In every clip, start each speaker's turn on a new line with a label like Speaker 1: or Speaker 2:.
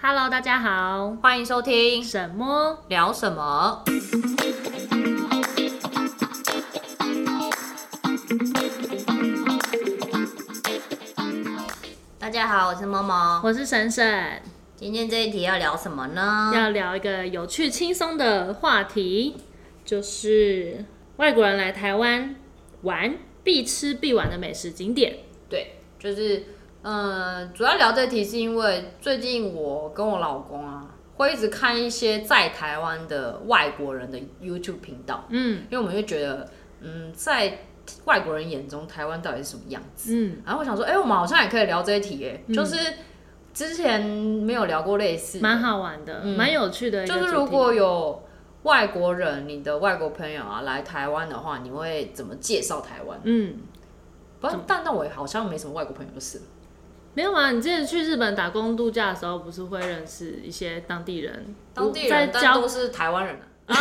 Speaker 1: Hello，大家好，
Speaker 2: 欢迎收听
Speaker 1: 什么？
Speaker 2: 聊什么？大家好，我是猫猫。
Speaker 1: 我是沈沈，
Speaker 2: 今天这一题要聊什么呢？
Speaker 1: 要聊一个有趣轻松的话题，就是外国人来台湾玩必吃必玩的美食景点。
Speaker 2: 对，就是，呃，主要聊这题是因为最近我跟我老公啊，会一直看一些在台湾的外国人的 YouTube 频道，
Speaker 1: 嗯
Speaker 2: 因为我们就觉得，嗯，在外国人眼中，台湾到底是什么样子？
Speaker 1: 嗯，
Speaker 2: 然后我想说，哎、我们好像也可以聊这一题、哎、就是之前没有聊过类似的，
Speaker 1: 蛮好玩的，
Speaker 2: 嗯
Speaker 1: 蛮、有趣的一个
Speaker 2: 就
Speaker 1: 主题。
Speaker 2: 是如果有外国人，你的外国朋友啊来台湾的话，你会怎么介绍台湾？
Speaker 1: 嗯，
Speaker 2: 不然，但但我好像没什么外国朋友，就是了
Speaker 1: 没有啊，你之前去日本打工度假的时候，不是会认识一些当地人，
Speaker 2: 当地
Speaker 1: 在
Speaker 2: 人，但
Speaker 1: 交
Speaker 2: 都，是台湾人啊，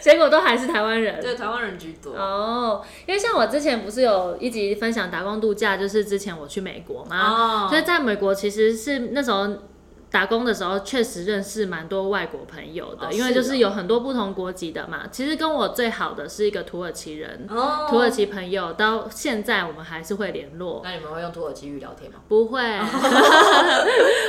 Speaker 1: 结果都还是台湾人。
Speaker 2: 对，台湾人居多。
Speaker 1: 哦，因为像我之前不是有一集分享打工度假，就是之前我去美国嘛，
Speaker 2: 哦
Speaker 1: 所以在美国其实是那时候打工的时候，确实认识蛮多外国朋友的，
Speaker 2: 哦
Speaker 1: 因为
Speaker 2: 是
Speaker 1: 就
Speaker 2: 哦
Speaker 1: 是有很多不同国籍的嘛。其实跟我最好的是一个土耳其人，
Speaker 2: 哦
Speaker 1: 土耳，其朋友到现在我们还是会联络。
Speaker 2: 那你们会用土耳其语聊天吗？
Speaker 1: 不会，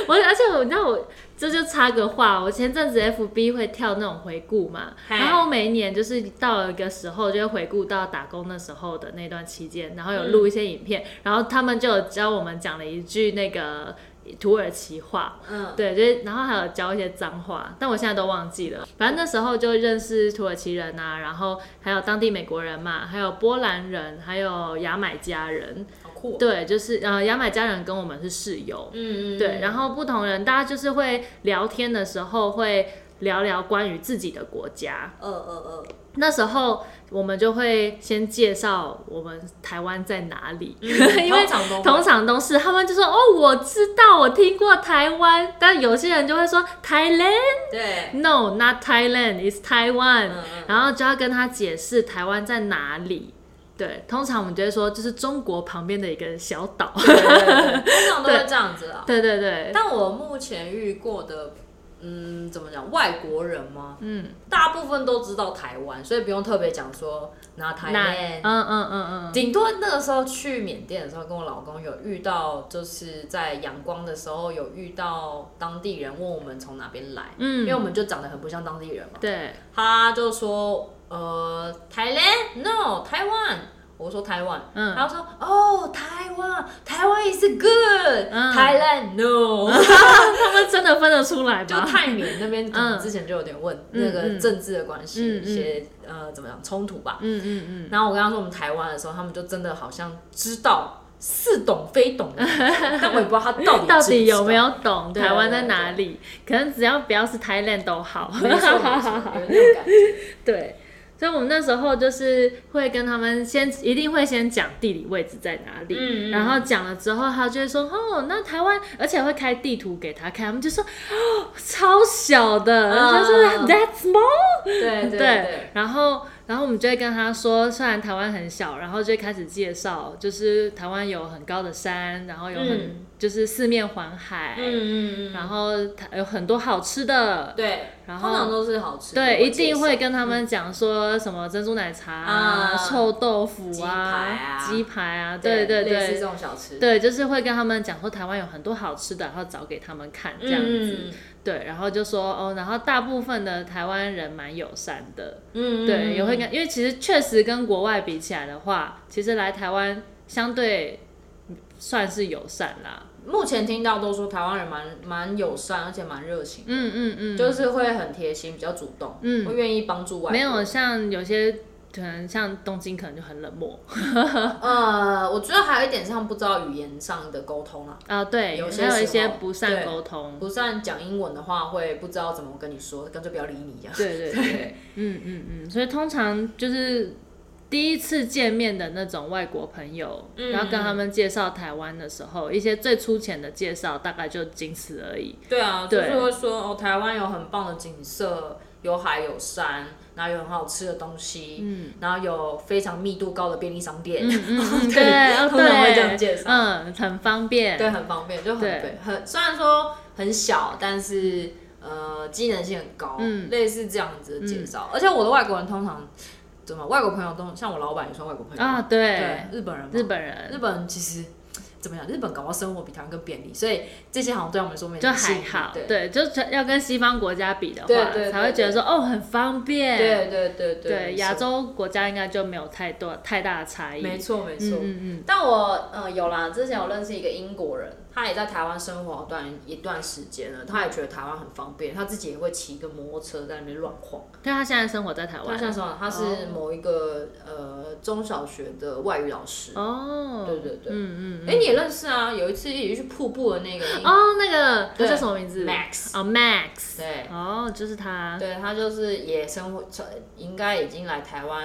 Speaker 1: 我而且我你知道我这就插个话，哦我前阵子 FB 会跳那种回顾嘛，
Speaker 2: 嗨
Speaker 1: 然后每一年就是到了一个时候就会回顾到打工的时候的那段期间，然后有录一些影片，然后他们就有教我们讲了一句那个土耳其话，
Speaker 2: 嗯，
Speaker 1: 对，就是然后还有教一些脏话，但我现在都忘记了。反正那时候就认识土耳其人啊，然后还有当地美国人嘛，还有波兰人，还有牙买加人，
Speaker 2: 好酷哦。
Speaker 1: 对，就是呃，牙买加人跟我们是室友，
Speaker 2: 嗯嗯，
Speaker 1: 对，然
Speaker 2: 后
Speaker 1: 后不同人大家就是会聊天的时候会聊聊关于自己的国家。
Speaker 2: 呃呃呃，
Speaker 1: 那时候我们就会先介绍我们台湾在哪里， 因为
Speaker 2: 通常都
Speaker 1: 通常都是他们就说哦，我知道，我听过台湾，但有些人就会说 Thailand，no，not
Speaker 2: 对，
Speaker 1: Thailand，is Taiwan，、
Speaker 2: 嗯 嗯，
Speaker 1: 然后就要跟他解释台湾在哪里。对，通常我们就会说，就是中国旁边的一个小岛。
Speaker 2: 对对对通常都会这样子啊。
Speaker 1: 对对对，
Speaker 2: 但我目前遇过的，嗯，怎么讲，外国人吗？
Speaker 1: 嗯，
Speaker 2: 大部分都知道台湾，所以不用特别讲说拿台
Speaker 1: 那
Speaker 2: 湾
Speaker 1: 嗯。嗯嗯嗯，
Speaker 2: 顶多那个时候去缅甸的时候，跟我老公有遇到，就是在阳光的时候有遇到当地人问我们从哪边来，
Speaker 1: 嗯
Speaker 2: 因为我们就长得很不像当地人嘛。
Speaker 1: 对，
Speaker 2: 他就说，呃，台湾，no，台湾。我说台湾，
Speaker 1: 嗯
Speaker 2: 然后说哦，台湾，台湾 is good，、
Speaker 1: 嗯
Speaker 2: Thailand no，
Speaker 1: 他们真的分得出来
Speaker 2: 就
Speaker 1: 吗？
Speaker 2: 泰缅那边可能
Speaker 1: 嗯
Speaker 2: 之前就有点问
Speaker 1: 嗯
Speaker 2: 那个
Speaker 1: 嗯
Speaker 2: 政治的关系，
Speaker 1: 嗯嗯
Speaker 2: 一些呃怎么样冲突吧。
Speaker 1: 嗯嗯嗯，
Speaker 2: 然后我跟他说我们台湾的时候，他们就真的好像知道似懂非懂的感觉，但我也不知道他到底
Speaker 1: 到
Speaker 2: 知不知
Speaker 1: 底
Speaker 2: 道
Speaker 1: 有没。有懂
Speaker 2: 对
Speaker 1: 台湾在哪里？可能只要不要是 Thailand 都好。
Speaker 2: 没错没错，有那种感觉。
Speaker 1: 对，所以我们那时候就是会跟他们先一定会先讲地理位置在哪里，
Speaker 2: 嗯嗯
Speaker 1: 然后讲了之后，他就会说哦，那台湾，而且会开地图给他看，他们就说哦，超小的，
Speaker 2: 嗯
Speaker 1: 他说 That's small，
Speaker 2: 对对对，
Speaker 1: 然后，然后我们就会跟他说，虽然台湾很小，然后就会开始介绍，就是台湾有很高的山，然后有很、
Speaker 2: 嗯
Speaker 1: 就是四面环海，
Speaker 2: 嗯嗯嗯，
Speaker 1: 然后它有很多好吃的，
Speaker 2: 对，
Speaker 1: 然
Speaker 2: 通
Speaker 1: 后
Speaker 2: 常都是好吃的，
Speaker 1: 对，
Speaker 2: 我
Speaker 1: 一定会
Speaker 2: 介绍
Speaker 1: 跟他们讲说什么珍珠奶茶
Speaker 2: 啊
Speaker 1: 臭豆腐
Speaker 2: 鸡排
Speaker 1: 啊
Speaker 2: 啊、
Speaker 1: 鸡排啊，对对
Speaker 2: 类似这
Speaker 1: 对。
Speaker 2: 种小吃，
Speaker 1: 对，就是会跟他们讲说台湾有很多好吃的，然后找给他们看这样子。
Speaker 2: 嗯
Speaker 1: 对，然后就说哦，然后大部分的台湾人蛮友善的，
Speaker 2: 嗯，嗯
Speaker 1: 对，也会跟，因为其实确实跟国外比起来的话，其实来台湾相对算是友善啦。
Speaker 2: 嗯目前听到都说台湾人蛮蛮友善，而且蛮热情，
Speaker 1: 嗯嗯嗯，
Speaker 2: 就是会很贴心，比较主动，
Speaker 1: 嗯
Speaker 2: 会愿意帮助外国
Speaker 1: 没
Speaker 2: 人
Speaker 1: 有像有些可能像东京可能就很冷漠
Speaker 2: 呃，我觉得还有一点是他们不知道语言上的沟通啦、
Speaker 1: 啊，对，
Speaker 2: 有些
Speaker 1: 还有
Speaker 2: 时
Speaker 1: 一些
Speaker 2: 候
Speaker 1: 不善
Speaker 2: 对
Speaker 1: 沟通，
Speaker 2: 不善讲英文的话会不知道怎么跟你说，干脆不要理你这样。
Speaker 1: 对对对，嗯嗯嗯，所以通常就是。第一次见面的那种外国朋友，
Speaker 2: 嗯
Speaker 1: 然后跟他们介绍台湾的时候，一些最粗浅的介绍大概就仅此而已。
Speaker 2: 对啊，就
Speaker 1: 对
Speaker 2: 是会说哦，台湾有很棒的景色，有海有山，然后有很好吃的东西，嗯，然后有非常密度高的便利商 店，
Speaker 1: 嗯
Speaker 2: 对，
Speaker 1: 对，
Speaker 2: 通常会这样介绍，
Speaker 1: 嗯，很方便，
Speaker 2: 对，很方便，就很
Speaker 1: 对
Speaker 2: 对，很虽然说很小，但是呃，机能性很高，
Speaker 1: 嗯
Speaker 2: 类似这样子的介绍。而且我的外国人通常怎么，外国朋友都像我老板也算外国朋友
Speaker 1: 啊，
Speaker 2: 对
Speaker 1: 对，，
Speaker 2: 日本人嘛，
Speaker 1: 日本人
Speaker 2: 日本人其实怎么讲，日本搞到生活比台湾更便利，所以这些好像对我们来说没
Speaker 1: 就
Speaker 2: 什么吸
Speaker 1: 还
Speaker 2: 引力
Speaker 1: 好，
Speaker 2: 对
Speaker 1: 对，就是要跟西方国家比的
Speaker 2: 对
Speaker 1: 话
Speaker 2: 对对，
Speaker 1: 才会觉得说哦，很方便，
Speaker 2: 对对对
Speaker 1: 对，亚
Speaker 2: 没错
Speaker 1: 洲国家应该就没有太多太大的差异，
Speaker 2: 没错没错。
Speaker 1: 嗯嗯
Speaker 2: 但我呃有啦，之前有认识一个英国人，他也在台湾生活好段一段时间了，他也觉得台湾很方便，他自己也会骑个摩托车在那边乱晃。
Speaker 1: 嗯，对他现在生活在台
Speaker 2: 他像
Speaker 1: 湾，
Speaker 2: 什么？他是某一个、呃中小学的外语老师。
Speaker 1: 哦，
Speaker 2: 对对对，
Speaker 1: 嗯嗯
Speaker 2: 哎、你也认识啊？有一次一起去瀑布的那个英
Speaker 1: 嗯，哦，那个他
Speaker 2: 对
Speaker 1: 叫什么名字
Speaker 2: Max
Speaker 1: 哦，Max，
Speaker 2: 对
Speaker 1: 哦，就是他，
Speaker 2: 对，他就是也生活，应该已经来台湾，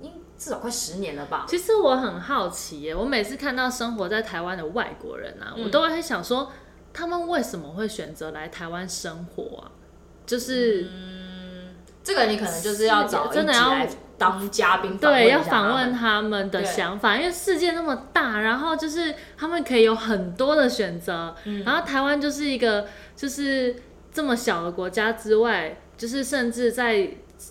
Speaker 2: 应至少快十年了吧？
Speaker 1: 其实我很好奇耶，我每次看到生活在台湾的外国人
Speaker 2: 嗯
Speaker 1: 啊，我都会想说，他们为什么会选择来台湾生活啊？就是、
Speaker 2: 嗯这个你可能就是要找一
Speaker 1: 真的
Speaker 2: 集
Speaker 1: 要
Speaker 2: 来当嘉宾访问
Speaker 1: 对，
Speaker 2: 一下
Speaker 1: 要
Speaker 2: 他
Speaker 1: 访
Speaker 2: 们
Speaker 1: 问他们的想法，因为世界那么大，然后就是他们可以有很多的选择，
Speaker 2: 嗯
Speaker 1: 然后台湾就是一个就是这么小的国家之外，就是甚至在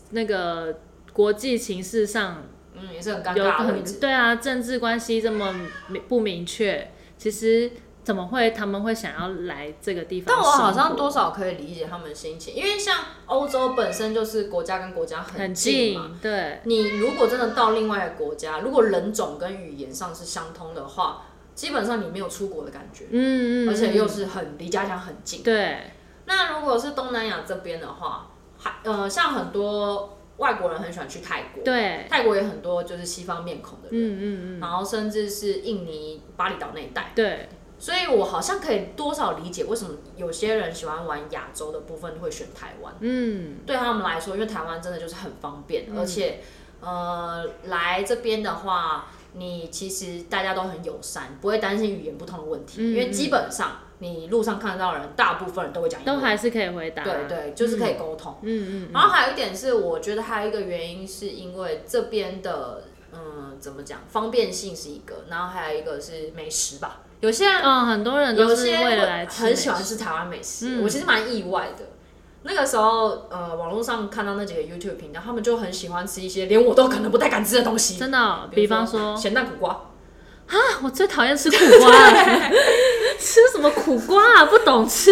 Speaker 1: 那个国际情势上
Speaker 2: 嗯，也是很尴
Speaker 1: 有
Speaker 2: 尬的位
Speaker 1: 很
Speaker 2: 置。
Speaker 1: 对啊，政治关系这么明不明确，其实怎么会他们会想要来这个地方
Speaker 2: 但
Speaker 1: 生
Speaker 2: 我
Speaker 1: 活？
Speaker 2: 好像多少可以理解他们的心情，因为像欧洲本身就是国家跟国家
Speaker 1: 很
Speaker 2: 近
Speaker 1: 近
Speaker 2: 嘛。，
Speaker 1: 对，
Speaker 2: 你如果真的到另外一个国家，如果人种跟语言上是相通的话，基本上你没有出国的感觉，
Speaker 1: 嗯嗯，
Speaker 2: 而且又
Speaker 1: 嗯
Speaker 2: 是很离家乡很近。
Speaker 1: 对，
Speaker 2: 那如果是东南亚这边的话，还呃，像很多外国人很喜欢去泰国，
Speaker 1: 对，
Speaker 2: 泰国也很多就是西方面孔的人，
Speaker 1: 嗯嗯嗯，
Speaker 2: 然后甚至是印尼巴厘岛那一带，
Speaker 1: 对，
Speaker 2: 所以我好像可以多少理解为什么有些人喜欢玩亚洲的部分会选台湾。
Speaker 1: 嗯
Speaker 2: 对他们来说，因为台湾真的就是很方便，而且呃来这边的话，你其实大家都很友善，不会担心语言不通的问题，
Speaker 1: 嗯
Speaker 2: 因为基本上你路上看到的人，大部分人都会讲英
Speaker 1: 都
Speaker 2: 文，
Speaker 1: 还是可以回答，
Speaker 2: 对对，就是可以沟通。
Speaker 1: 嗯嗯
Speaker 2: 然后还有一点是，我觉得还有一个原因是因为这边的嗯怎么讲方便性是一个，然后还有一个是美食吧，有些人
Speaker 1: 嗯，嗯，很多人都
Speaker 2: 有
Speaker 1: 是
Speaker 2: 些
Speaker 1: 为了
Speaker 2: 会
Speaker 1: 来吃美
Speaker 2: 很喜欢
Speaker 1: 食，
Speaker 2: 吃台湾美食，
Speaker 1: 嗯
Speaker 2: 我其实蛮意外的。那个时候，呃，网络上看到那几个 YouTube 频道，他们就很喜欢吃一些连我都可能不太敢吃的东西，
Speaker 1: 真的哦、比
Speaker 2: 如
Speaker 1: 方说
Speaker 2: 咸蛋苦瓜，
Speaker 1: 啊，我最讨厌吃苦瓜 了，吃什么苦瓜啊？不懂吃，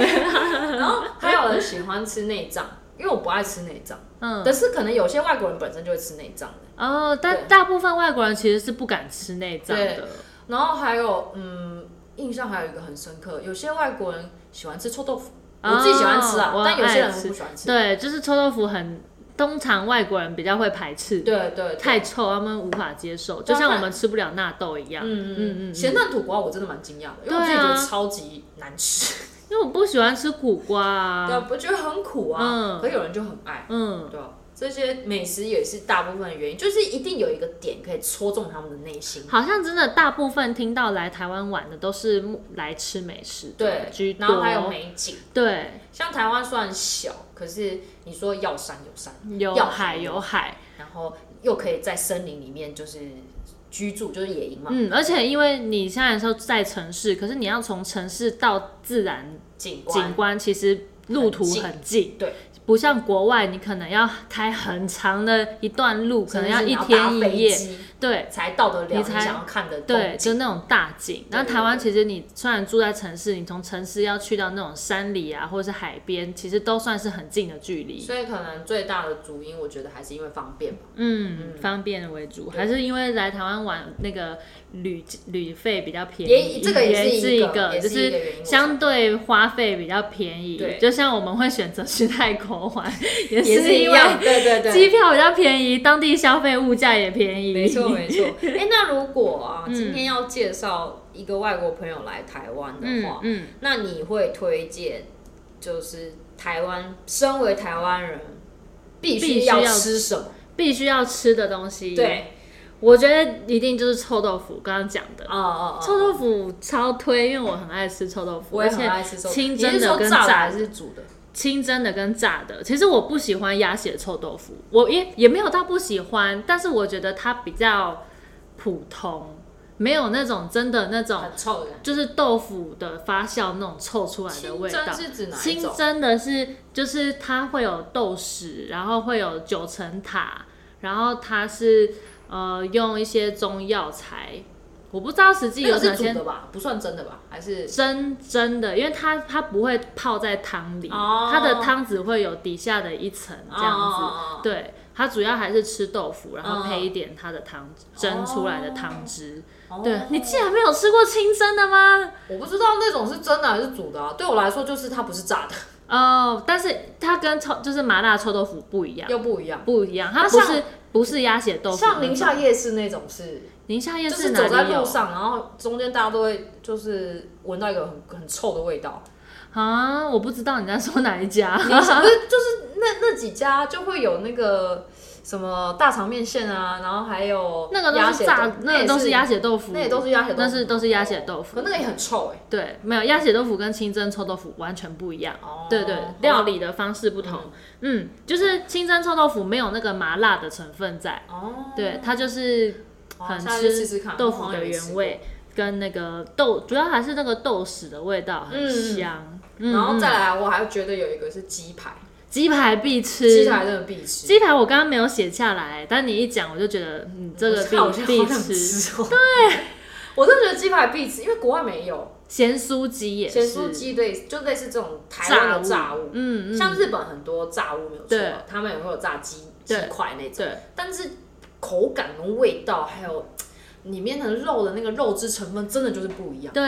Speaker 2: 然后还有人喜欢吃内脏，因为我不爱吃内脏，
Speaker 1: 嗯。
Speaker 2: 但是可能有些外国人本身就会吃内脏的。
Speaker 1: 哦，
Speaker 2: 对
Speaker 1: 但大部分外国人其实是不敢吃内脏的
Speaker 2: 对，然后还有，嗯，印象还有一个很深刻，有些外国人喜欢吃臭豆腐，我自己喜欢吃啊
Speaker 1: 哦，我
Speaker 2: 但有些
Speaker 1: 爱
Speaker 2: 人
Speaker 1: 吃
Speaker 2: 不喜欢吃。
Speaker 1: 对，就是臭豆腐很，通常外国人比较会排斥，
Speaker 2: 对对，嗯对
Speaker 1: 太臭他们无法接受，
Speaker 2: 对
Speaker 1: 就
Speaker 2: 啊
Speaker 1: 像我们吃不了纳豆一样。
Speaker 2: 嗯嗯
Speaker 1: 嗯
Speaker 2: 嗯，
Speaker 1: 嗯
Speaker 2: 咸蛋苦瓜我真的蛮惊讶的，因为我自己
Speaker 1: 对
Speaker 2: 觉
Speaker 1: 啊
Speaker 2: 得超级难吃，
Speaker 1: 因为我不喜欢吃苦瓜
Speaker 2: 对
Speaker 1: 啊。
Speaker 2: 啊，我觉得很苦啊，
Speaker 1: 嗯
Speaker 2: 可有人就很爱，
Speaker 1: 嗯，
Speaker 2: 对啊，这些美食也是大部分的原因，就是一定有一个点可以戳中他们的内心，
Speaker 1: 好像真的大部分听到来台湾玩的都是来吃美食的
Speaker 2: 对
Speaker 1: 居，多，
Speaker 2: 然后还有美景，
Speaker 1: 对，
Speaker 2: 像台湾虽然小，可是你说要山有山，
Speaker 1: 有
Speaker 2: 要
Speaker 1: 海有海。
Speaker 2: 然后又可以在森林里面就是居住，就是野营嘛，
Speaker 1: 嗯，而且因为你现在说在城市，可是你要从城市到自然
Speaker 2: 景观
Speaker 1: 景观其实路途
Speaker 2: 很近
Speaker 1: 很近，
Speaker 2: 对，
Speaker 1: 不像国外你可能要开很长的一段路，可能
Speaker 2: 甚至
Speaker 1: 一
Speaker 2: 你搭
Speaker 1: 天
Speaker 2: 飞
Speaker 1: 一夜，
Speaker 2: 机
Speaker 1: 对
Speaker 2: 才到得了你
Speaker 1: 你才
Speaker 2: 想要看的
Speaker 1: 对，就
Speaker 2: 风景，
Speaker 1: 那种大景。
Speaker 2: 对
Speaker 1: 那
Speaker 2: 对
Speaker 1: 台湾
Speaker 2: 对
Speaker 1: 其实你虽然住在城市，你从城市要去到那种山里啊，或者是海边，其实都算是很近的距离。
Speaker 2: 所以可能最大的主因，我觉得还是因为方便吧。
Speaker 1: 嗯，方便为主，还是因为来台湾玩那个旅旅费比较便
Speaker 2: 也
Speaker 1: 宜，
Speaker 2: 这个也是
Speaker 1: 也是
Speaker 2: 一个
Speaker 1: 个，
Speaker 2: 也
Speaker 1: 就是
Speaker 2: 一个原因
Speaker 1: 是
Speaker 2: 我
Speaker 1: 相对花费比较便宜
Speaker 2: 对。
Speaker 1: 就像我们会选择去泰国 玩，也
Speaker 2: 也
Speaker 1: 是
Speaker 2: 是一
Speaker 1: 因为
Speaker 2: 样，对对
Speaker 1: 机
Speaker 2: 对，
Speaker 1: 票比较便宜，当地消费物价也便宜。
Speaker 2: 没错 没错。哎、那如果啊，今天要介绍一个外国朋友来台湾的
Speaker 1: 嗯
Speaker 2: 话，
Speaker 1: 嗯，
Speaker 2: 那你会推荐就是台湾，身为台湾人必
Speaker 1: 必
Speaker 2: 须
Speaker 1: 须
Speaker 2: 要
Speaker 1: 要
Speaker 2: 吃什么？
Speaker 1: 必须要吃的东西。，
Speaker 2: 对，
Speaker 1: 我觉得一定就是臭豆腐，刚刚讲的。
Speaker 2: 啊啊啊！
Speaker 1: 臭豆腐超推，因为我很爱吃臭豆腐，
Speaker 2: 我
Speaker 1: 而
Speaker 2: 也很
Speaker 1: 且
Speaker 2: 爱吃臭豆腐。
Speaker 1: 清
Speaker 2: 你是
Speaker 1: 蒸的
Speaker 2: 说
Speaker 1: 跟
Speaker 2: 炸的
Speaker 1: 炸
Speaker 2: 还
Speaker 1: 的
Speaker 2: 是煮的？
Speaker 1: 清蒸的跟炸的。其实我不喜欢鸭血臭豆腐，我也也没有到不喜欢，但是我觉得它比较普通，没有那种真啊的那种
Speaker 2: 很臭的感
Speaker 1: 就是豆腐的发酵那种臭出来
Speaker 2: 觉。
Speaker 1: 的味
Speaker 2: 清
Speaker 1: 道
Speaker 2: 蒸。是指哪一
Speaker 1: 清
Speaker 2: 种？
Speaker 1: 蒸的是就是它会有豆豉，然后会有九层塔，然后它是呃用一些中药材，我不知道实际
Speaker 2: 那
Speaker 1: 有
Speaker 2: 个
Speaker 1: 哪
Speaker 2: 是煮
Speaker 1: 些
Speaker 2: 的吧，不算蒸的吧？还是
Speaker 1: 蒸蒸的，因为它它不会泡在汤里，
Speaker 2: 哦
Speaker 1: 它的汤只会有底下的一层这样子。
Speaker 2: 哦
Speaker 1: 对，它主要还是吃豆腐，然后
Speaker 2: 嗯
Speaker 1: 配一点它的汤蒸出来的汤汁。
Speaker 2: 哦
Speaker 1: 对你竟然没有吃过清蒸的吗？
Speaker 2: 我不知道那种是蒸的还是煮的啊。对我来说，就是它不是炸的，
Speaker 1: 哦，但是它跟臭就是麻辣臭豆腐不一样，
Speaker 2: 又不一样。
Speaker 1: 不一样，它
Speaker 2: 那
Speaker 1: 不
Speaker 2: 像
Speaker 1: 是不啊是鸭血豆腐那种，
Speaker 2: 像宁夏夜市那种是，
Speaker 1: 宁夏夜
Speaker 2: 就
Speaker 1: 市
Speaker 2: 是
Speaker 1: 哪
Speaker 2: 走在
Speaker 1: 里啊
Speaker 2: 路
Speaker 1: 有
Speaker 2: 上，然后中间大家都会就是闻到一个很很臭的味道。
Speaker 1: 啊？我不知道你在说哪一家。
Speaker 2: 不是，就是那那几家就会有那个什么大肠面线啊，然后还有
Speaker 1: 那个
Speaker 2: 鸭
Speaker 1: 都是
Speaker 2: 血豆
Speaker 1: 炸，那
Speaker 2: 也
Speaker 1: 个都是鸭，血豆腐，
Speaker 2: 那也都是鸭血豆腐，
Speaker 1: 那是都是鸭血豆腐
Speaker 2: 可那个也很臭哎、
Speaker 1: 对，没有鸭血豆腐跟清蒸臭豆腐完全不一样。
Speaker 2: 哦
Speaker 1: 对对，料理的方式不同。嗯，就是清蒸臭豆腐没有那个麻辣的成分在，
Speaker 2: 哦，
Speaker 1: 对，它就是
Speaker 2: 好
Speaker 1: 很
Speaker 2: 下次
Speaker 1: 吃
Speaker 2: 试试看哦
Speaker 1: 豆腐的原味，跟那个豆，主要还是那个豆豉的味道很
Speaker 2: 嗯
Speaker 1: 香。嗯，
Speaker 2: 然后
Speaker 1: 嗯
Speaker 2: 再来，我还觉得有一个是鸡排，
Speaker 1: 鸡排必
Speaker 2: 鸡
Speaker 1: 吃。
Speaker 2: 排真的必吃，
Speaker 1: 鸡排我刚刚没有写下来，但你一讲我就觉得，嗯，这个
Speaker 2: 我
Speaker 1: 必
Speaker 2: 看
Speaker 1: 必
Speaker 2: 我就好想
Speaker 1: 吃。
Speaker 2: 吃哦。对，我真的觉得鸡排必吃，因为国外没有
Speaker 1: 咸酥鸡也是，
Speaker 2: 咸酥鸡类，就类似这种台湾的炸物，
Speaker 1: 嗯嗯，
Speaker 2: 像日本很多炸物没有错
Speaker 1: 对，
Speaker 2: 他们也会有炸鸡鸡
Speaker 1: 对
Speaker 2: 块那种，
Speaker 1: 对，
Speaker 2: 但是口感跟味道还有嘖里面的肉的那个肉汁成分真的就是不一样，
Speaker 1: 对，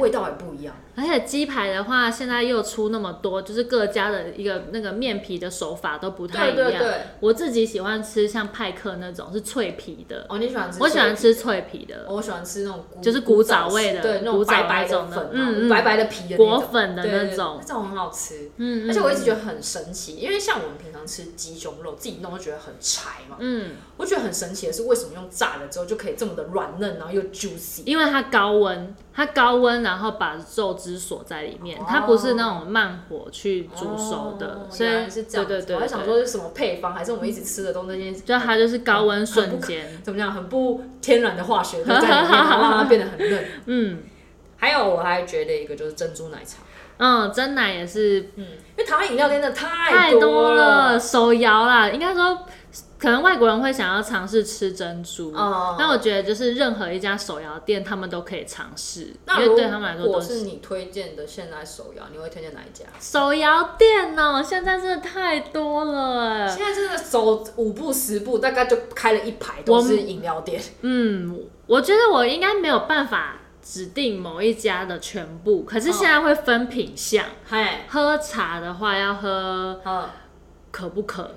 Speaker 2: 味道也不一样。
Speaker 1: 而且鸡排的话，现在又出那么多，就是各家的一个那个面皮的手法都不太
Speaker 2: 对
Speaker 1: 一样。
Speaker 2: 对对，
Speaker 1: 我自己喜欢吃像派克那种是脆皮的，
Speaker 2: 哦，你喜欢吃脆皮？
Speaker 1: 我喜欢吃脆皮的、
Speaker 2: 哦，我喜欢吃那种古
Speaker 1: 就是古早味的
Speaker 2: 对那
Speaker 1: 古
Speaker 2: 种
Speaker 1: 早
Speaker 2: 白白
Speaker 1: 那种
Speaker 2: 的
Speaker 1: 的
Speaker 2: 粉啊，
Speaker 1: 嗯嗯
Speaker 2: 白白的皮的那
Speaker 1: 果
Speaker 2: 种，
Speaker 1: 粉的
Speaker 2: 对对
Speaker 1: 那
Speaker 2: 对
Speaker 1: 种。
Speaker 2: 那种很好吃。
Speaker 1: 嗯，嗯
Speaker 2: 而且我一直觉得很神奇，因为像我们平常吃鸡胸肉，自己弄都觉得很柴嘛。
Speaker 1: 嗯，
Speaker 2: 我觉得很神奇的是，为什么用炸的之后就可以这么的软嫩，然后又 juicy？
Speaker 1: 因为它高温，它高温，然后把肉汁锁在里面，它不是那种慢火去煮熟的，
Speaker 2: 哦
Speaker 1: 所以
Speaker 2: 原来是这
Speaker 1: 对
Speaker 2: 样
Speaker 1: 对
Speaker 2: 子。
Speaker 1: 对，
Speaker 2: 我还想
Speaker 1: 对
Speaker 2: 说是什么配方，还是我们一直吃的都那些
Speaker 1: 就它就是高温瞬
Speaker 2: 哦很不
Speaker 1: 间，
Speaker 2: 怎么讲，很不天然的化学都在里面，然后让它变得很嫩。
Speaker 1: 嗯
Speaker 2: 还有我还觉得一个就是珍珠奶茶，
Speaker 1: 嗯，真奶也是
Speaker 2: 嗯，因为台湾饮料店真的
Speaker 1: 太
Speaker 2: 多嗯
Speaker 1: 多了，，手摇啦，应该说，可能外国人会想要尝试吃珍珠。
Speaker 2: 哦
Speaker 1: 但我觉得就是任何一家手摇店，他们都可以尝试，因
Speaker 2: 那
Speaker 1: 为
Speaker 2: 如
Speaker 1: 对他们来说
Speaker 2: 果
Speaker 1: 都
Speaker 2: 是你推荐的现在手摇，你会推荐哪一家？
Speaker 1: 手摇店哦、现在真的太多了
Speaker 2: 现。在真的走五步十步，大概就开了一排都是饮料店。
Speaker 1: 嗯，我觉得我应该没有办法指定某一家的全部，可是现在会分品相。
Speaker 2: 嗨，
Speaker 1: 喝茶的话要喝
Speaker 2: 嗯，
Speaker 1: 可不可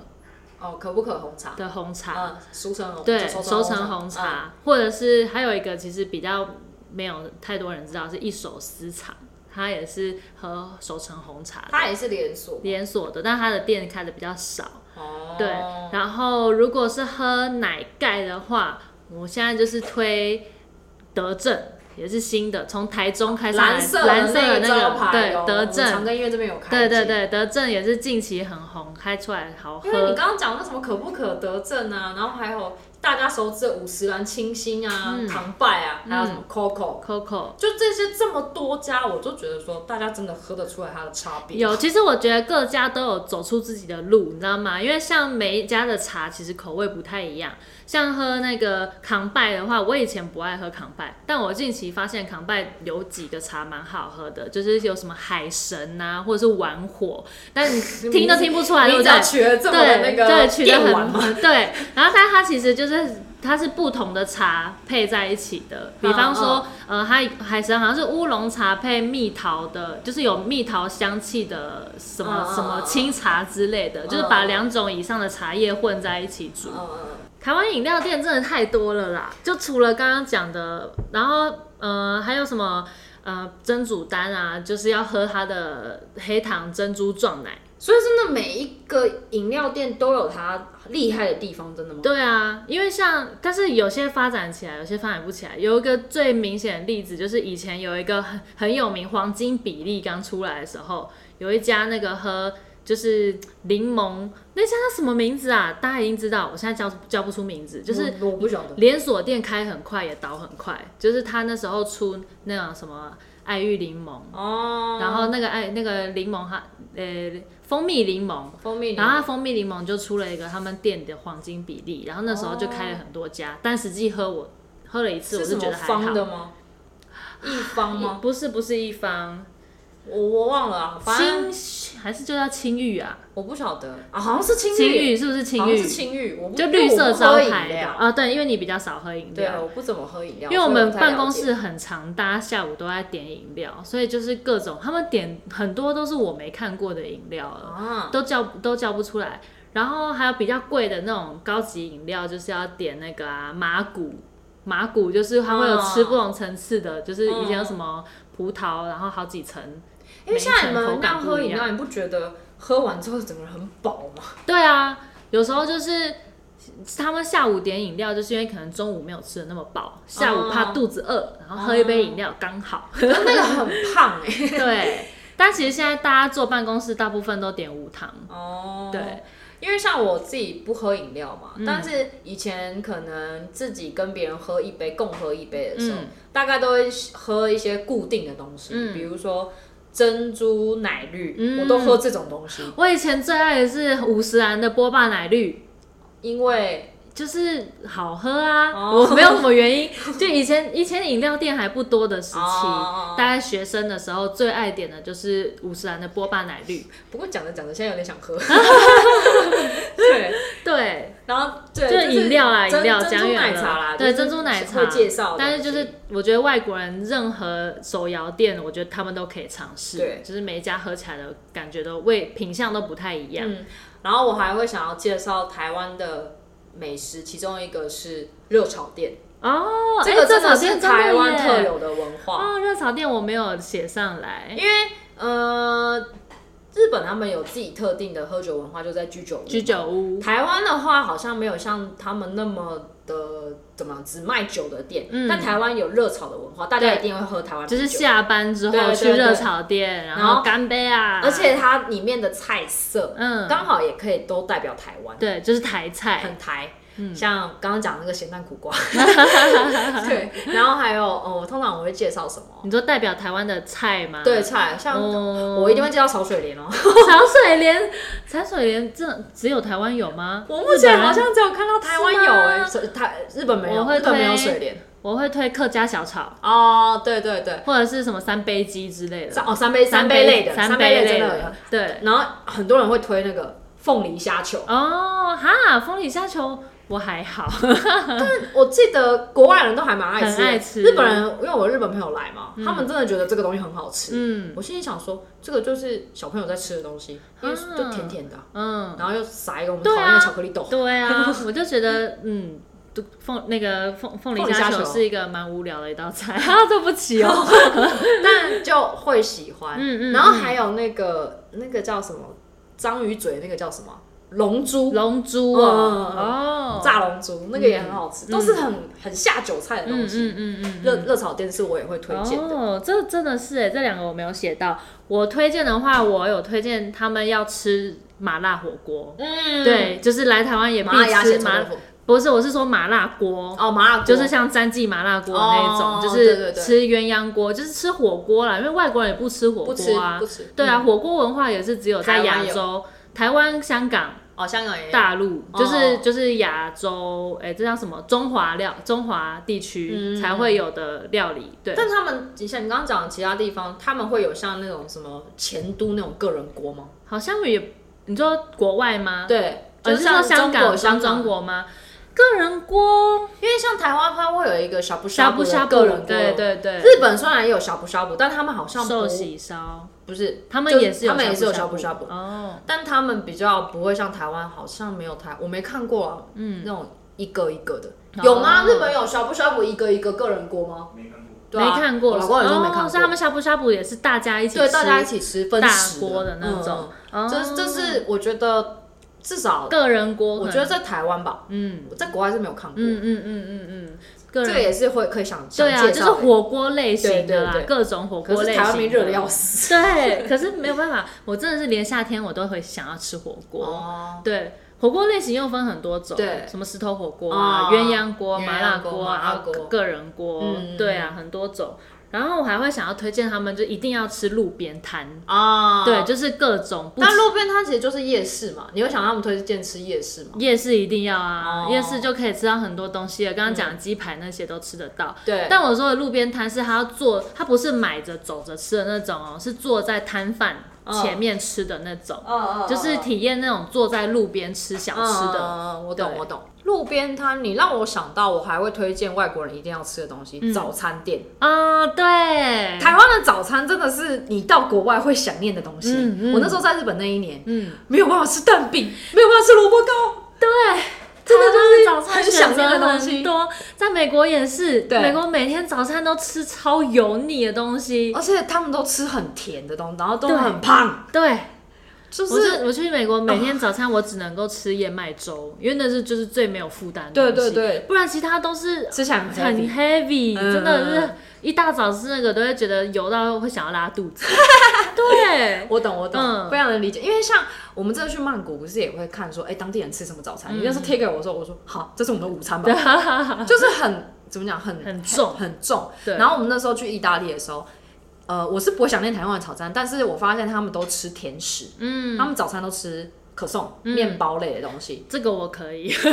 Speaker 2: 哦，可不可红茶？
Speaker 1: 的红茶，
Speaker 2: 嗯，熟成红，嗯
Speaker 1: 对，熟
Speaker 2: 熟
Speaker 1: 成红。哦茶，嗯或者是还有一个其实比较没有太多人知道，是一手私藏，它也是喝熟成红茶
Speaker 2: 嗯
Speaker 1: 的
Speaker 2: 它也是连锁。
Speaker 1: 连锁的，但它的店开的比较少。
Speaker 2: 哦，
Speaker 1: 对，然后如果是喝奶盖的话，我现在就是推德政。也是新的，从台中开始来，
Speaker 2: 蓝色
Speaker 1: 蓝色的
Speaker 2: 那招
Speaker 1: 那个，
Speaker 2: 牌哦，
Speaker 1: 对，德
Speaker 2: 我们
Speaker 1: 政，
Speaker 2: 长庚医院这边有开。
Speaker 1: 对对。对，德政也是近期很红，开出来好喝。
Speaker 2: 因为你刚刚讲那什么可不可得正啊，然后还有大家熟知的五十岚清新啊、
Speaker 1: 嗯
Speaker 2: 唐拜啊，还有什么 Coco，、
Speaker 1: Coco，
Speaker 2: 就这些这么多家，我就觉得说，大家真的喝得出来它的差别。
Speaker 1: 有，其实我觉得各家都有走出自己的路，你知道吗？因为像每一家的茶其实口味不太一样，像喝那个康拜的话，我以前不爱喝康拜，但我近期发现康拜有几个茶蛮好喝的，就是有什么海神啊，或者是玩火， 但你听都听不出来，对
Speaker 2: 你
Speaker 1: 不
Speaker 2: 只要
Speaker 1: 对？
Speaker 2: 取了这么的
Speaker 1: 对
Speaker 2: 那个
Speaker 1: 对，取
Speaker 2: 电
Speaker 1: 得
Speaker 2: 玩嘛，
Speaker 1: 很对，然后但它其实就是它是不同的茶配在一起的，
Speaker 2: 嗯
Speaker 1: 比方说、呃，它海神好像是乌龙茶配蜜桃的，就是有蜜桃香气的什么、
Speaker 2: 嗯嗯
Speaker 1: 什么清茶之类的，就是把两种以上的茶叶混在一起煮。
Speaker 2: 嗯嗯
Speaker 1: 台湾饮料店真的太多了啦，就除了刚刚讲的，然后呃还有什么呃蒸煮丹啊，就是要喝它的黑糖珍珠撞奶。
Speaker 2: 嗯。所以真的每一个饮料店都有它厉害的地方，真的吗？
Speaker 1: 对啊，因为像，但是有些发展起来，有些发展不起来。有一个最明显的例子，就是以前有一个很很有名黄金比例刚出来的时候，有一家那个喝。就是柠檬那家叫什么名字啊？大家已经知道，我现在叫叫不出名字，就是
Speaker 2: 我我不晓得，
Speaker 1: 连锁店开很快也倒很快，就是他那时候出那种什么爱玉柠檬，
Speaker 2: 哦，
Speaker 1: 然后那个爱那个柠檬哈，呃，蜂蜜柠檬。
Speaker 2: 蜂蜜柠檬，
Speaker 1: 然后它蜂蜜柠檬就出了一个他们店的黄金比例，然后那时候就开了很多家，但实际喝我喝了一次，我
Speaker 2: 是
Speaker 1: 是
Speaker 2: 什
Speaker 1: 觉
Speaker 2: 么
Speaker 1: 得还好
Speaker 2: 方。的吗？一方吗？
Speaker 1: 不是不是一方，
Speaker 2: 我我忘了啊，反正
Speaker 1: 青还是就叫青玉啊，
Speaker 2: 我不晓得啊，好像是青
Speaker 1: 青玉是不是青
Speaker 2: 好像
Speaker 1: 玉？
Speaker 2: 是青玉，我不
Speaker 1: 就绿色招
Speaker 2: 因为我不喝
Speaker 1: 牌
Speaker 2: 饮
Speaker 1: 的
Speaker 2: 料，
Speaker 1: 啊，对，因为你比较少喝饮
Speaker 2: 对啊，
Speaker 1: 料，
Speaker 2: 我不怎么喝饮料，
Speaker 1: 因为我
Speaker 2: 所以
Speaker 1: 们
Speaker 2: 不太了解
Speaker 1: 办公室很长，大家下午都在点饮料，所以就是各种他们点很多都是我没看过的饮料了，
Speaker 2: 啊，
Speaker 1: 都叫都叫不出来。然后还有比较贵的那种高级饮料，就是要点那个啊马古，马古就是它会有吃不同层次的，就是以前有什么葡萄，然后好几层。
Speaker 2: 因为像你
Speaker 1: 每一层
Speaker 2: 们
Speaker 1: 口
Speaker 2: 那
Speaker 1: 感
Speaker 2: 样
Speaker 1: 不
Speaker 2: 喝
Speaker 1: 一
Speaker 2: 饮
Speaker 1: 样
Speaker 2: 料，你不觉得喝完之后整个人很饱吗？
Speaker 1: 对啊，有时候就是他们下午点饮料，就是因为可能中午没有吃的那么饱，下午怕肚子饿，然后喝一杯饮料刚好。
Speaker 2: 可是那个很胖 哎、
Speaker 1: 对，但其实现在大家坐办公室，大部分都点无糖。
Speaker 2: 哦
Speaker 1: 对，
Speaker 2: 因为像我自己不喝饮料嘛，
Speaker 1: 嗯
Speaker 2: 但是以前可能自己跟别人喝一杯，共喝一杯的时候，
Speaker 1: 嗯
Speaker 2: 大概都会喝一些固定的东西，
Speaker 1: 嗯
Speaker 2: 比如说珍珠奶绿，
Speaker 1: 嗯
Speaker 2: 我都喝这种东西，
Speaker 1: 我以前最爱的是五十兰的波霸奶绿。
Speaker 2: 因为
Speaker 1: 就是好喝啊，
Speaker 2: 哦
Speaker 1: 我没有什么原因。就以前以前饮料店还不多的时期，
Speaker 2: 哦
Speaker 1: 大概学生的时候最爱点的就是五十兰的波霸奶绿。
Speaker 2: 不过讲着讲着，现在有点想 喝。对，
Speaker 1: 对，
Speaker 2: 然后对，
Speaker 1: 就是
Speaker 2: 是
Speaker 1: 饮料啦，
Speaker 2: 珍
Speaker 1: 饮料
Speaker 2: 珍
Speaker 1: 讲
Speaker 2: 珠
Speaker 1: 远
Speaker 2: 奶
Speaker 1: 了
Speaker 2: 茶啦，
Speaker 1: 对，
Speaker 2: 就是
Speaker 1: 珍珠奶茶
Speaker 2: 会介绍的东西，
Speaker 1: 但是就是我觉得外国人任何手摇店，我觉得他们都可以尝试，
Speaker 2: 对
Speaker 1: 就是每一家喝起来的感觉都味品相都不太一样。
Speaker 2: 嗯，然后我还会想要介绍台湾的美食，其中一个是热炒店，
Speaker 1: 哦，
Speaker 2: 嗯这个
Speaker 1: 哎
Speaker 2: 真
Speaker 1: 炒
Speaker 2: 的
Speaker 1: 店
Speaker 2: 是
Speaker 1: 真的
Speaker 2: 台湾特
Speaker 1: 耶
Speaker 2: 有的文化，
Speaker 1: 哦，热炒店我没有写上来，
Speaker 2: 因为呃，日本他们有自己特定的喝酒文化，就在居酒屋。
Speaker 1: 居酒屋，
Speaker 2: 台湾的话好像没有像他们那么的怎么样只卖酒的店，
Speaker 1: 嗯
Speaker 2: 但台湾有热炒的文化，大家
Speaker 1: 对
Speaker 2: 一定会喝台湾啤
Speaker 1: 就
Speaker 2: 酒，
Speaker 1: 是下班之
Speaker 2: 对
Speaker 1: 后
Speaker 2: 对
Speaker 1: 去热
Speaker 2: 对
Speaker 1: 炒店，然
Speaker 2: 然
Speaker 1: 后
Speaker 2: 后
Speaker 1: 干杯啊！
Speaker 2: 而且它里面的菜色，
Speaker 1: 嗯
Speaker 2: 刚好也可以都代表台湾，
Speaker 1: 对，就是台菜，
Speaker 2: 很台。
Speaker 1: 嗯
Speaker 2: 像刚刚讲那个咸蛋苦 瓜，对，然后还有哦，通常我会介绍什么？
Speaker 1: 你说代表台湾的菜吗？
Speaker 2: 对，菜，像
Speaker 1: 嗯哦，
Speaker 2: 我一定会介绍炒水莲哦。
Speaker 1: 茶水莲，茶水莲这只有台湾有吗？
Speaker 2: 我目前好
Speaker 1: 日本人
Speaker 2: 像只有看到台湾有
Speaker 1: 是
Speaker 2: 哎、
Speaker 1: 吗
Speaker 2: 水台日本没有，
Speaker 1: 我会
Speaker 2: 日本没有
Speaker 1: 推
Speaker 2: 水莲。
Speaker 1: 我会推客家小炒，
Speaker 2: 哦，对对对，
Speaker 1: 或者是什么三杯鸡之类的
Speaker 2: 三，哦三杯三杯类的
Speaker 1: 三
Speaker 2: 三杯
Speaker 1: 杯
Speaker 2: 类真的
Speaker 1: 的，对。
Speaker 2: 然后很多人会推那个凤梨虾球，
Speaker 1: 哦，哈，风里虾球我还 好，
Speaker 2: 我记得国外人都还蛮爱吃的，
Speaker 1: 嗯很爱吃
Speaker 2: 日本人因为我日本朋友来嘛，他们真的觉得这个东西很好吃。
Speaker 1: 嗯
Speaker 2: 我心里想说，这个就是小朋友在吃的东西，因为
Speaker 1: 啊
Speaker 2: 就甜甜的啊、
Speaker 1: 嗯，
Speaker 2: 然后又撒一个我们
Speaker 1: 对
Speaker 2: 讨
Speaker 1: 啊
Speaker 2: 厌的巧克力豆。
Speaker 1: 对 啊，我就觉得，嗯，都凤那个凤凤梨
Speaker 2: 凤梨
Speaker 1: 虾
Speaker 2: 虾
Speaker 1: 球
Speaker 2: 球
Speaker 1: 是一个蛮无聊的一道菜 啊，对不起哦，
Speaker 2: 但就会喜欢。
Speaker 1: 嗯嗯
Speaker 2: 然后还有那个那个叫什么章鱼嘴，那个叫什么龙珠
Speaker 1: 龙珠
Speaker 2: 嗯嗯嗯
Speaker 1: 哦，哦，
Speaker 2: 炸龙珠，那个也很好吃，
Speaker 1: 嗯
Speaker 2: 都是很很下酒菜的
Speaker 1: 嗯
Speaker 2: 东
Speaker 1: 嗯
Speaker 2: 西。
Speaker 1: 嗯嗯
Speaker 2: 热热炒店是我也会推荐的。
Speaker 1: 哦，这真的是哎，这两个我没有写到。我推荐的话，我有推荐他们要吃麻辣火锅，
Speaker 2: 嗯，
Speaker 1: 对，就是来台湾也必
Speaker 2: 麻辣鸭血
Speaker 1: 吃
Speaker 2: 臭
Speaker 1: 麻
Speaker 2: 豆，腐
Speaker 1: 不是，我是说麻辣锅。
Speaker 2: 哦，麻辣锅
Speaker 1: 就是像詹记麻辣锅那一种，
Speaker 2: 哦
Speaker 1: 就
Speaker 2: 对
Speaker 1: 是
Speaker 2: 对对
Speaker 1: 吃鸳�鸯锅，就是吃火锅啦，因为外国人也不吃火
Speaker 2: 不吃
Speaker 1: 锅啊
Speaker 2: 不，吃。
Speaker 1: 对啊，
Speaker 2: 嗯，
Speaker 1: 火锅文化也是只有在
Speaker 2: 台湾
Speaker 1: 亚
Speaker 2: 有
Speaker 1: 洲、台湾、香港、
Speaker 2: 哦，香港也有。
Speaker 1: 大陆，就是
Speaker 2: 哦
Speaker 1: 就是亚洲，哎、这叫什么？中华料、中华地区
Speaker 2: 嗯
Speaker 1: 才会有的料理。对，
Speaker 2: 但他们，你像你刚刚讲的其他地方，他们会有像那种什么前都那种个人锅吗？
Speaker 1: 好像也，你说国外吗？，
Speaker 2: 对，
Speaker 1: 呃、
Speaker 2: 就是是
Speaker 1: 说
Speaker 2: 像
Speaker 1: 香
Speaker 2: 中国
Speaker 1: 港、
Speaker 2: 香
Speaker 1: 中
Speaker 2: 港
Speaker 1: 国吗？个人锅、
Speaker 2: 因为像台湾，它会有一个小不
Speaker 1: 呷
Speaker 2: 呷
Speaker 1: 哺
Speaker 2: 哺
Speaker 1: 呷
Speaker 2: 的
Speaker 1: 哺
Speaker 2: 个人，锅。
Speaker 1: 对对对，
Speaker 2: 日本虽然也有小不呷哺，但他们好像不
Speaker 1: 寿喜烧，
Speaker 2: 不是，
Speaker 1: 他们
Speaker 2: 就
Speaker 1: 也是有
Speaker 2: 他们也是有
Speaker 1: 呷
Speaker 2: 小
Speaker 1: 哺
Speaker 2: 不
Speaker 1: 呷
Speaker 2: 呷
Speaker 1: 哺
Speaker 2: 哺，
Speaker 1: 哦，
Speaker 2: 但他们比较不会像台湾，好像没有台，我没看过啊，嗯，那种一个一个的，
Speaker 1: 哦
Speaker 2: 有吗？日本有小不呷哺一个一个个人锅吗？
Speaker 3: 没看过，
Speaker 2: 对啊
Speaker 1: 没看过，
Speaker 2: 我老公也说没看
Speaker 1: 哦
Speaker 2: 过，
Speaker 1: 所以他们呷哺呷哺也是大家一起吃，
Speaker 2: 对大家一起吃分
Speaker 1: 大
Speaker 2: 食
Speaker 1: 锅的那种哦
Speaker 2: 嗯嗯这这是我觉得至少
Speaker 1: 个人锅，
Speaker 2: 我觉得在台湾吧，
Speaker 1: 嗯，
Speaker 2: 我在国外是没有看过，
Speaker 1: 嗯嗯嗯嗯嗯，个
Speaker 2: 这
Speaker 1: 人
Speaker 2: 个也是会可以想想
Speaker 1: 对啊，
Speaker 2: 介
Speaker 1: 就是
Speaker 2: 绍的。
Speaker 1: 火锅类型的啦，
Speaker 2: 对对对
Speaker 1: 各种火锅
Speaker 2: 可
Speaker 1: 类
Speaker 2: 是
Speaker 1: 型。
Speaker 2: 台湾没热的要。死。
Speaker 1: 对，可是没有办法，我真的是连夏天我都会想要吃火锅。
Speaker 2: 哦，
Speaker 1: 对，火锅类型又分很多种，
Speaker 2: 对
Speaker 1: 什么石头火锅啊、
Speaker 2: 哦
Speaker 1: 鸳鸯锅、
Speaker 2: 鸳鸯锅
Speaker 1: 麻辣锅
Speaker 2: 麻
Speaker 1: 啊、
Speaker 2: 辣锅
Speaker 1: 个个人锅，
Speaker 2: 嗯
Speaker 1: 对啊，很多种。然后我还会想要推荐他们，就一定要吃路边摊，
Speaker 2: 啊，
Speaker 1: 对，就是各种不
Speaker 2: 那路边摊其实就是夜市嘛，你会想让他们推荐吃夜市吗？
Speaker 1: 夜市一定要啊，
Speaker 2: 哦嗯
Speaker 1: 夜市就可以吃到很多东西了。刚刚讲的鸡排那些都吃得到，
Speaker 2: 对
Speaker 1: 但我说的路边摊是他要坐，他不是买着走着吃的那种哦，是坐在摊贩
Speaker 2: 哦
Speaker 1: 前面吃的那种，
Speaker 2: 嗯
Speaker 1: 就是体验那种坐在路边吃小吃的。
Speaker 2: 嗯，我懂
Speaker 1: 对
Speaker 2: 我懂。路边摊，你让我想到，我还会推荐外国人一定要吃的东西——早餐店。
Speaker 1: 啊、对，
Speaker 2: 台湾的早餐真的是你到国外会想念的东西。
Speaker 1: 嗯嗯
Speaker 2: 我那时候在日本那一年，
Speaker 1: 嗯，
Speaker 2: 没有办法吃蛋饼，没有办法吃萝卜糕，
Speaker 1: 对。
Speaker 2: 真的就是
Speaker 1: 台湾早餐
Speaker 2: 很
Speaker 1: 选
Speaker 2: 想念
Speaker 1: 择
Speaker 2: 的东西
Speaker 1: 很多，在美国也是，
Speaker 2: 对
Speaker 1: 美国每天早餐都吃超油腻的东西，
Speaker 2: 而且他们都吃很甜的东西，然后都
Speaker 1: 对
Speaker 2: 很胖，
Speaker 1: 对，
Speaker 2: 就
Speaker 1: 我
Speaker 2: 是哦
Speaker 1: 是我去美国，每天早餐我只能够吃燕麦粥，因为那是就是最没有负担的
Speaker 2: 对
Speaker 1: 东西
Speaker 2: 对对
Speaker 1: 不然其他都是
Speaker 2: 吃起来很
Speaker 1: 很
Speaker 2: heavy
Speaker 1: heavy，
Speaker 2: 嗯
Speaker 1: 真的是一大早吃那个都会觉得油到会想要拉 肚子。对，
Speaker 2: 我懂，我懂，
Speaker 1: 嗯
Speaker 2: 非常能理解。因为像我们真的去曼谷，不是也会看说，哎、当地人吃什么早餐？
Speaker 1: 嗯
Speaker 2: 你那时候贴给我的时候，我说好，这是我们的 午餐吧，就是很怎么讲，很
Speaker 1: 很重
Speaker 2: 很重。
Speaker 1: 对
Speaker 2: 然后我们那时候去意大利的时候，呃，我是不会想念台湾的早餐，但是我发现他们都吃甜食，
Speaker 1: 嗯，
Speaker 2: 他们早餐都吃可颂、面包类的东 西。
Speaker 1: 这个我可以，
Speaker 2: 哦，这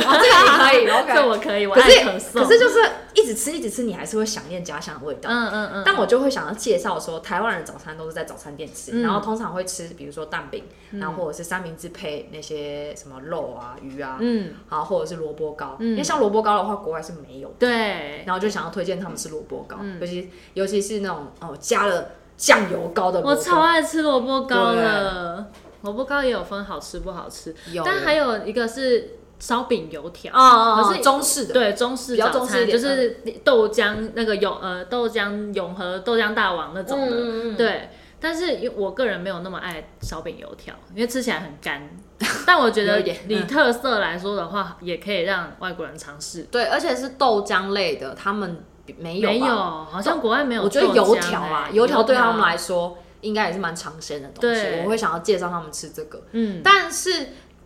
Speaker 2: 个也可以
Speaker 1: 这
Speaker 2: ，OK。
Speaker 1: 我可以，我
Speaker 2: 可
Speaker 1: 爱
Speaker 2: 是
Speaker 1: 可颂。
Speaker 2: 可是就是一直吃一直吃，你还是会想念家乡的味道。
Speaker 1: 嗯嗯嗯，
Speaker 2: 但我就会想要介绍说，台湾人早餐都是在早餐店吃，
Speaker 1: 嗯
Speaker 2: 然后通常会吃，比如说蛋饼，然后或者是三明治配那些什么肉啊、鱼啊，
Speaker 1: 嗯，
Speaker 2: 然后或者是萝卜糕。
Speaker 1: 嗯
Speaker 2: 因为像萝卜糕的话，国外是没有，
Speaker 1: 对，
Speaker 2: 然后就想要推荐他们吃萝卜糕，
Speaker 1: 嗯
Speaker 2: 尤其尤其是那种哦加了酱油膏的萝
Speaker 1: 我
Speaker 2: 卜
Speaker 1: 超爱吃萝卜糕的，萝卜糕也有分好吃不好吃，
Speaker 2: 有
Speaker 1: 但还有一个是烧饼油条。
Speaker 2: 哦哦，
Speaker 1: 可
Speaker 2: 可
Speaker 1: 是
Speaker 2: 是中式的，
Speaker 1: 对中式
Speaker 2: 比较
Speaker 1: 早
Speaker 2: 中式
Speaker 1: 餐
Speaker 2: 一点嗯
Speaker 1: 就是豆浆那个永呃豆浆永和豆浆大王那种的，
Speaker 2: 嗯嗯嗯
Speaker 1: 对。但是因为我个人没有那么爱烧饼油条，因为吃起来很干。 但我觉得
Speaker 2: 有一点嗯
Speaker 1: 以特色来说的话，也可以让外国人尝试。
Speaker 2: 对，而且是豆浆类的，他们没有吧
Speaker 1: 没有，好像国外没有
Speaker 2: 我
Speaker 1: 豆
Speaker 2: 觉
Speaker 1: 浆欸。
Speaker 2: 得油条啊，油条对他们
Speaker 1: 油
Speaker 2: 来说应该也是蛮尝鲜的东西
Speaker 1: 对，
Speaker 2: 我会想要介绍他们吃这个。
Speaker 1: 条，嗯，
Speaker 2: 但是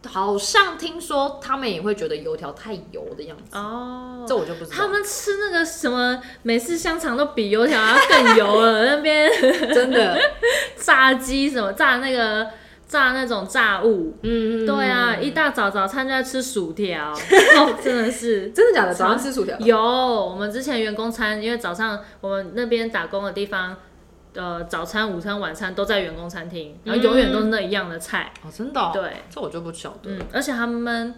Speaker 2: 好像听说他们也会觉得油条太油的样子，
Speaker 1: 哦，
Speaker 2: 这我就不知道。
Speaker 1: 他们吃那个什么美式香肠都比油条要更油了，那边
Speaker 2: 真 的，
Speaker 1: 炸鸡什么炸那个炸那种炸物，
Speaker 2: 嗯，
Speaker 1: 对啊，一大早早餐就在吃薯 条，哦真的是。
Speaker 2: 真的假的？早上吃薯条，
Speaker 1: 有，我们之前员工餐，因为早上我们那边打工的地方，呃，早餐、午餐、晚餐都在员工餐厅，
Speaker 2: 嗯
Speaker 1: 然后永远都是那一样的菜。
Speaker 2: 哦，真的、哦，
Speaker 1: 对，
Speaker 2: 这我就不晓得。
Speaker 1: 嗯，而且他们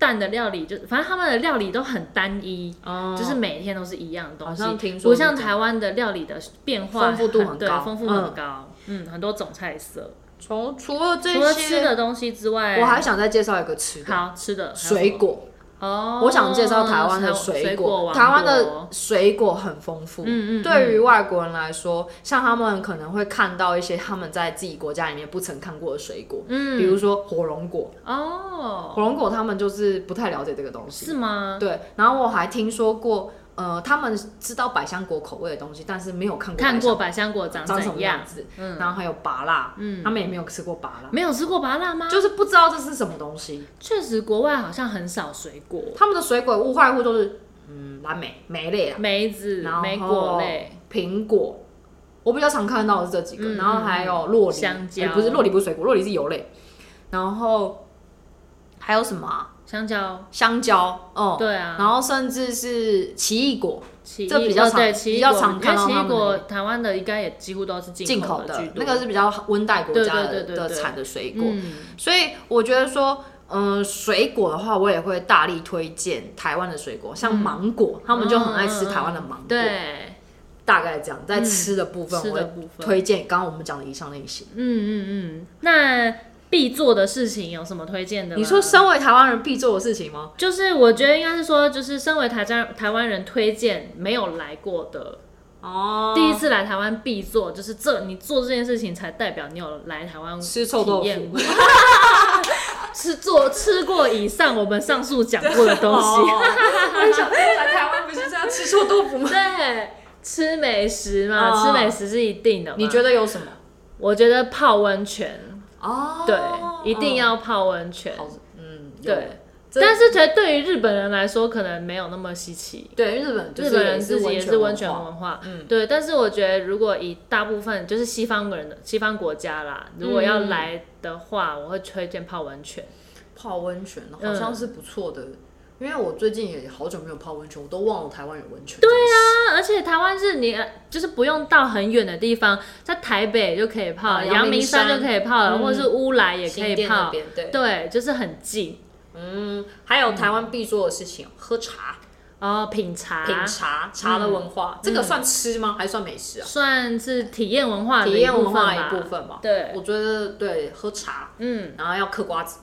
Speaker 1: 蛋的料理就，反正他们的料理都很单一，
Speaker 2: 哦
Speaker 1: 就是每天都是一样的东西，
Speaker 2: 好像听说
Speaker 1: 不
Speaker 2: 是这
Speaker 1: 像
Speaker 2: 样
Speaker 1: 台湾的料理的变化
Speaker 2: 丰富度很
Speaker 1: 对
Speaker 2: 高
Speaker 1: 丰富度很高，嗯很多种菜色。
Speaker 2: 从除了这
Speaker 1: 除了吃
Speaker 2: 些，
Speaker 1: 的东西之外，
Speaker 2: 我还想再介绍一个吃的
Speaker 1: 好吃的还有什
Speaker 2: 水
Speaker 1: 么
Speaker 2: 果。
Speaker 1: 哦，
Speaker 2: 我想介绍台湾的
Speaker 1: 水
Speaker 2: 果，
Speaker 1: 王
Speaker 2: 台湾的
Speaker 1: 国
Speaker 2: 水果很丰富。
Speaker 1: 嗯嗯嗯
Speaker 2: 对于外国人来说，像他们可能会看到一些他们在自己国家里面不曾看过的水果，
Speaker 1: 嗯
Speaker 2: 比如说火龙果。
Speaker 1: 哦
Speaker 2: 火龙果他们就是不太了解这个东西。
Speaker 1: 是吗？
Speaker 2: 对，然后我还听说过，呃，他们知道百香果口味的东西，但是没有看过
Speaker 1: 看
Speaker 2: 过
Speaker 1: 过百香果长
Speaker 2: 长什
Speaker 1: 怎
Speaker 2: 么
Speaker 1: 样
Speaker 2: 样？子。
Speaker 1: 嗯
Speaker 2: 然后还有芭辣，
Speaker 1: 嗯
Speaker 2: 他们也没有吃过芭辣，
Speaker 1: 没有吃过芭辣吗？
Speaker 2: 就是不知道这是什么东西。
Speaker 1: 确实，国外好像很少水果，
Speaker 2: 他们的水果无外乎都是嗯蓝莓、莓类啊，
Speaker 1: 梅子
Speaker 2: 然、后
Speaker 1: 莓果类，
Speaker 2: 苹果。我比较常看到的是这几个，
Speaker 1: 嗯
Speaker 2: 然后还有洛梨，
Speaker 1: 香蕉
Speaker 2: 哎不是洛梨不是水果，洛梨是油类，然后还有什么啊、
Speaker 1: 香蕉，
Speaker 2: 香蕉，嗯，
Speaker 1: 对啊，
Speaker 2: 然后甚至是奇异果，
Speaker 1: 奇异
Speaker 2: 这比较
Speaker 1: 哦
Speaker 2: 常
Speaker 1: 对奇异
Speaker 2: 比较
Speaker 1: 果
Speaker 2: 常看到
Speaker 1: 因为
Speaker 2: 他
Speaker 1: 奇异
Speaker 2: 们
Speaker 1: 果
Speaker 2: 那
Speaker 1: 台湾的应该也几乎都是
Speaker 2: 进口
Speaker 1: 口
Speaker 2: 的
Speaker 1: 居，多
Speaker 2: 那个是比较温带国
Speaker 1: 对
Speaker 2: 家
Speaker 1: 对
Speaker 2: 的
Speaker 1: 对对
Speaker 2: 的
Speaker 1: 对
Speaker 2: 产的水果，
Speaker 1: 嗯
Speaker 2: 所以我觉得说。嗯，水果的话，我也会大力推荐台湾的水果，像芒果，他们就很爱吃台湾的芒果。，
Speaker 1: 嗯对，嗯
Speaker 2: 大概这样。在吃的部分，
Speaker 1: 吃
Speaker 2: 我
Speaker 1: 的
Speaker 2: 会
Speaker 1: 部分，
Speaker 2: 推荐刚刚我们讲的以上那些。
Speaker 1: 嗯嗯嗯，那必做的事情有什么推荐的吗？
Speaker 2: 你说身为台湾人必做的事情吗？
Speaker 1: 就是我觉得应该是说，就是身为台湾台湾人推荐没有来过的，
Speaker 2: 哦
Speaker 1: 第一次来台湾必做，就是这你做这件事情才代表你有来台湾
Speaker 2: 吃臭豆
Speaker 1: 体验
Speaker 2: 腐
Speaker 1: 过。 吃做吃过以上我们上述讲过的 东西。
Speaker 2: 哦我想说来台湾不是这样吃臭豆腐吗？
Speaker 1: 对，吃美食嘛，
Speaker 2: 哦
Speaker 1: 吃美食是一定的嘛。
Speaker 2: 你觉得有什么？
Speaker 1: 我觉得泡温泉，
Speaker 2: 哦
Speaker 1: 对，一定要泡温泉。
Speaker 2: 好，嗯，有
Speaker 1: 对，
Speaker 2: 这
Speaker 1: 但是觉得对于日本人来说，可能没有那么稀奇。
Speaker 2: 对，日本就是
Speaker 1: 日本人
Speaker 2: 也
Speaker 1: 自己也是温泉
Speaker 2: 文化
Speaker 1: 文化，
Speaker 2: 嗯
Speaker 1: 对。但是我觉得，如果以大部分就是西方人的西方国家啦，如果要
Speaker 2: 嗯
Speaker 1: 来的话，我会推荐泡温泉。
Speaker 2: 泡温泉，
Speaker 1: 嗯
Speaker 2: 好像是不错的。因为我最近也好久没有泡温泉，我都忘了台湾有温泉。对啊，
Speaker 1: 啊而且台湾是你呃就是不用到很远的地方，在台北就可以泡，
Speaker 2: 哦
Speaker 1: 啊阳、
Speaker 2: 阳明
Speaker 1: 明山
Speaker 2: 山
Speaker 1: 就可以泡了，
Speaker 2: 嗯
Speaker 1: 或者是乌来也可
Speaker 2: 新
Speaker 1: 以
Speaker 2: 店那
Speaker 1: 泡。
Speaker 2: 边对，
Speaker 1: 对，就是很近，
Speaker 2: 嗯，还有台湾必做的事情，喝茶、
Speaker 1: 然后品茶，嗯
Speaker 2: 品茶、茶的文化，这个算吃吗？还算美食啊？
Speaker 1: 算是体验文化的
Speaker 2: 体验文化
Speaker 1: 一
Speaker 2: 一
Speaker 1: 部分
Speaker 2: 部
Speaker 1: 吧。
Speaker 2: 分吧。
Speaker 1: 对，
Speaker 2: 我觉得对，喝茶，
Speaker 1: 嗯，
Speaker 2: 然后要嗑瓜子，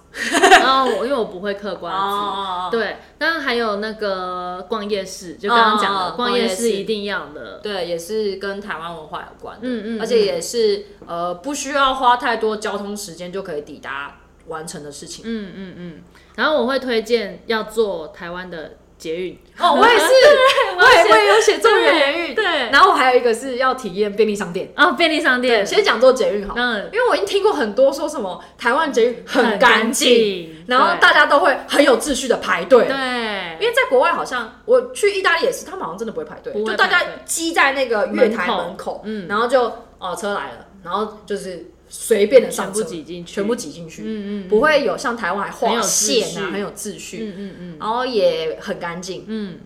Speaker 1: 然后我因为我不会嗑瓜子。
Speaker 2: 哦，
Speaker 1: 对，当然还有那个逛夜市，就刚刚讲的、
Speaker 2: 哦
Speaker 1: 逛
Speaker 2: 逛夜
Speaker 1: 市
Speaker 2: 市
Speaker 1: 一定要的。
Speaker 2: 对，也是跟台湾文化有关的，
Speaker 1: 哦嗯嗯
Speaker 2: 而且也是呃不需要花太多交通时间就可以抵达完成的事情。
Speaker 1: 嗯嗯嗯。然后我会推荐要坐台湾的捷运。
Speaker 2: 哦，我 也是，我
Speaker 1: 也
Speaker 2: 也我也有写中原联运，
Speaker 1: 对对
Speaker 2: 然后我还有一个是要体验便利商店。
Speaker 1: 哦，便利商店。
Speaker 2: 先讲做捷运好了，
Speaker 1: 嗯
Speaker 2: 因为我已经听过很多说什么台湾捷运很干净，
Speaker 1: 干净
Speaker 2: 然后
Speaker 1: 对
Speaker 2: 大家都会很有秩序的排队。
Speaker 1: 对，
Speaker 2: 因为在国外好像我去意大利也是，他们好像真的不会排队，
Speaker 1: 不会
Speaker 2: 就大
Speaker 1: 排
Speaker 2: 家
Speaker 1: 队
Speaker 2: 积在那个月台
Speaker 1: 门口
Speaker 2: 门口，
Speaker 1: 嗯
Speaker 2: 然后就哦车来了，然后就是随便的上
Speaker 1: 全
Speaker 2: 车，
Speaker 1: 部挤进去，
Speaker 2: 全部挤进去，
Speaker 1: 嗯嗯嗯
Speaker 2: 不会有像台湾还
Speaker 1: 很
Speaker 2: 划
Speaker 1: 有秩
Speaker 2: 线啊，
Speaker 1: 序
Speaker 2: 很有秩序，
Speaker 1: 嗯嗯嗯
Speaker 2: 然后也很干净。
Speaker 1: 嗯，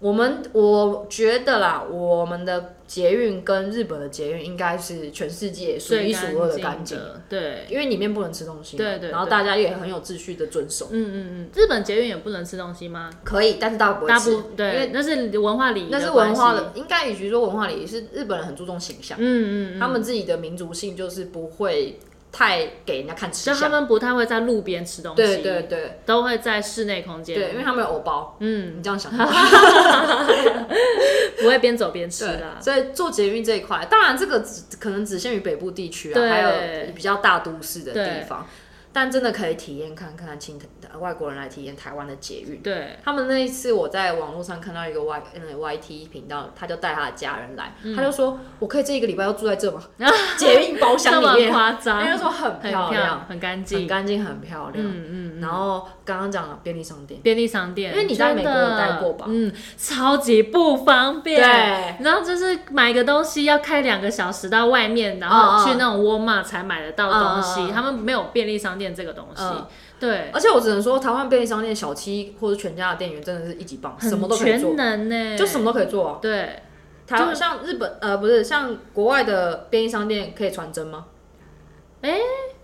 Speaker 2: 我们我觉得啦，我们的捷运跟日本的捷运应该是全世界数
Speaker 1: 最
Speaker 2: 一数二的干
Speaker 1: 干
Speaker 2: 净，
Speaker 1: 的，对，
Speaker 2: 因为里面不能吃东西嘛，
Speaker 1: 对对
Speaker 2: 然后
Speaker 1: 对
Speaker 2: 大家也很有秩序的遵守，
Speaker 1: 嗯嗯嗯，日本捷运也不能吃东西吗？
Speaker 2: 可以，但是大家不
Speaker 1: 大部
Speaker 2: 会吃，因
Speaker 1: 对，
Speaker 2: 为
Speaker 1: 那是文化礼仪，
Speaker 2: 那是文化的，，应该与其说文化里也是日本人很注重形象，
Speaker 1: 嗯嗯嗯，
Speaker 2: 他们自己的民族性就是不会太给人家看吃
Speaker 1: 就他
Speaker 2: 相，
Speaker 1: 们不太会在路边吃东西，
Speaker 2: 对对对
Speaker 1: 都会在室内空间，
Speaker 2: 对，因为他们有藕包，
Speaker 1: 嗯，
Speaker 2: 你这样想。
Speaker 1: 不会边走边吃啊
Speaker 2: 对
Speaker 1: 啦，，
Speaker 2: 所以做捷运这一块，当然这个只可能只限于北部地区啊，
Speaker 1: 对
Speaker 2: 还有比较大都市的
Speaker 1: 对
Speaker 2: 地方，但真的可以体验看看请外国人来体验台湾的捷运。
Speaker 1: 对，
Speaker 2: 他们那一次我在网络上看到一个 Y 嗯 YT 频道，他就带他的家人来，他
Speaker 1: 嗯
Speaker 2: 就说：“我可以这一个礼拜要住在 这吗？捷运包厢
Speaker 1: 这
Speaker 2: 里
Speaker 1: 么
Speaker 2: 面。”
Speaker 1: 夸
Speaker 2: 他
Speaker 1: 张，
Speaker 2: 就说很
Speaker 1: 很
Speaker 2: 漂亮，
Speaker 1: 很干
Speaker 2: 很
Speaker 1: 净，
Speaker 2: 干净，很漂亮。
Speaker 1: 嗯嗯嗯。
Speaker 2: 然后刚刚讲了便利商店，
Speaker 1: 便利商店，
Speaker 2: 因为你在美国有
Speaker 1: 真的
Speaker 2: 待过吧
Speaker 1: 嗯，超级不方便。
Speaker 2: 对，
Speaker 1: 然后就是买个东西要开两个小时到外面，然后去那种沃尔玛才买得到东西，
Speaker 2: 嗯嗯嗯嗯
Speaker 1: 他们没有便利商店这个东西。
Speaker 2: 嗯
Speaker 1: 对，
Speaker 2: 而且我只能说，台湾便利商店小七或者全家的店员真的是一级棒，什么都可以
Speaker 1: 很全，
Speaker 2: 做
Speaker 1: 能呢，
Speaker 2: 就什么都可以做啊。
Speaker 1: 对，
Speaker 2: 台湾像日本呃不是像国外的便利商店可以传真吗？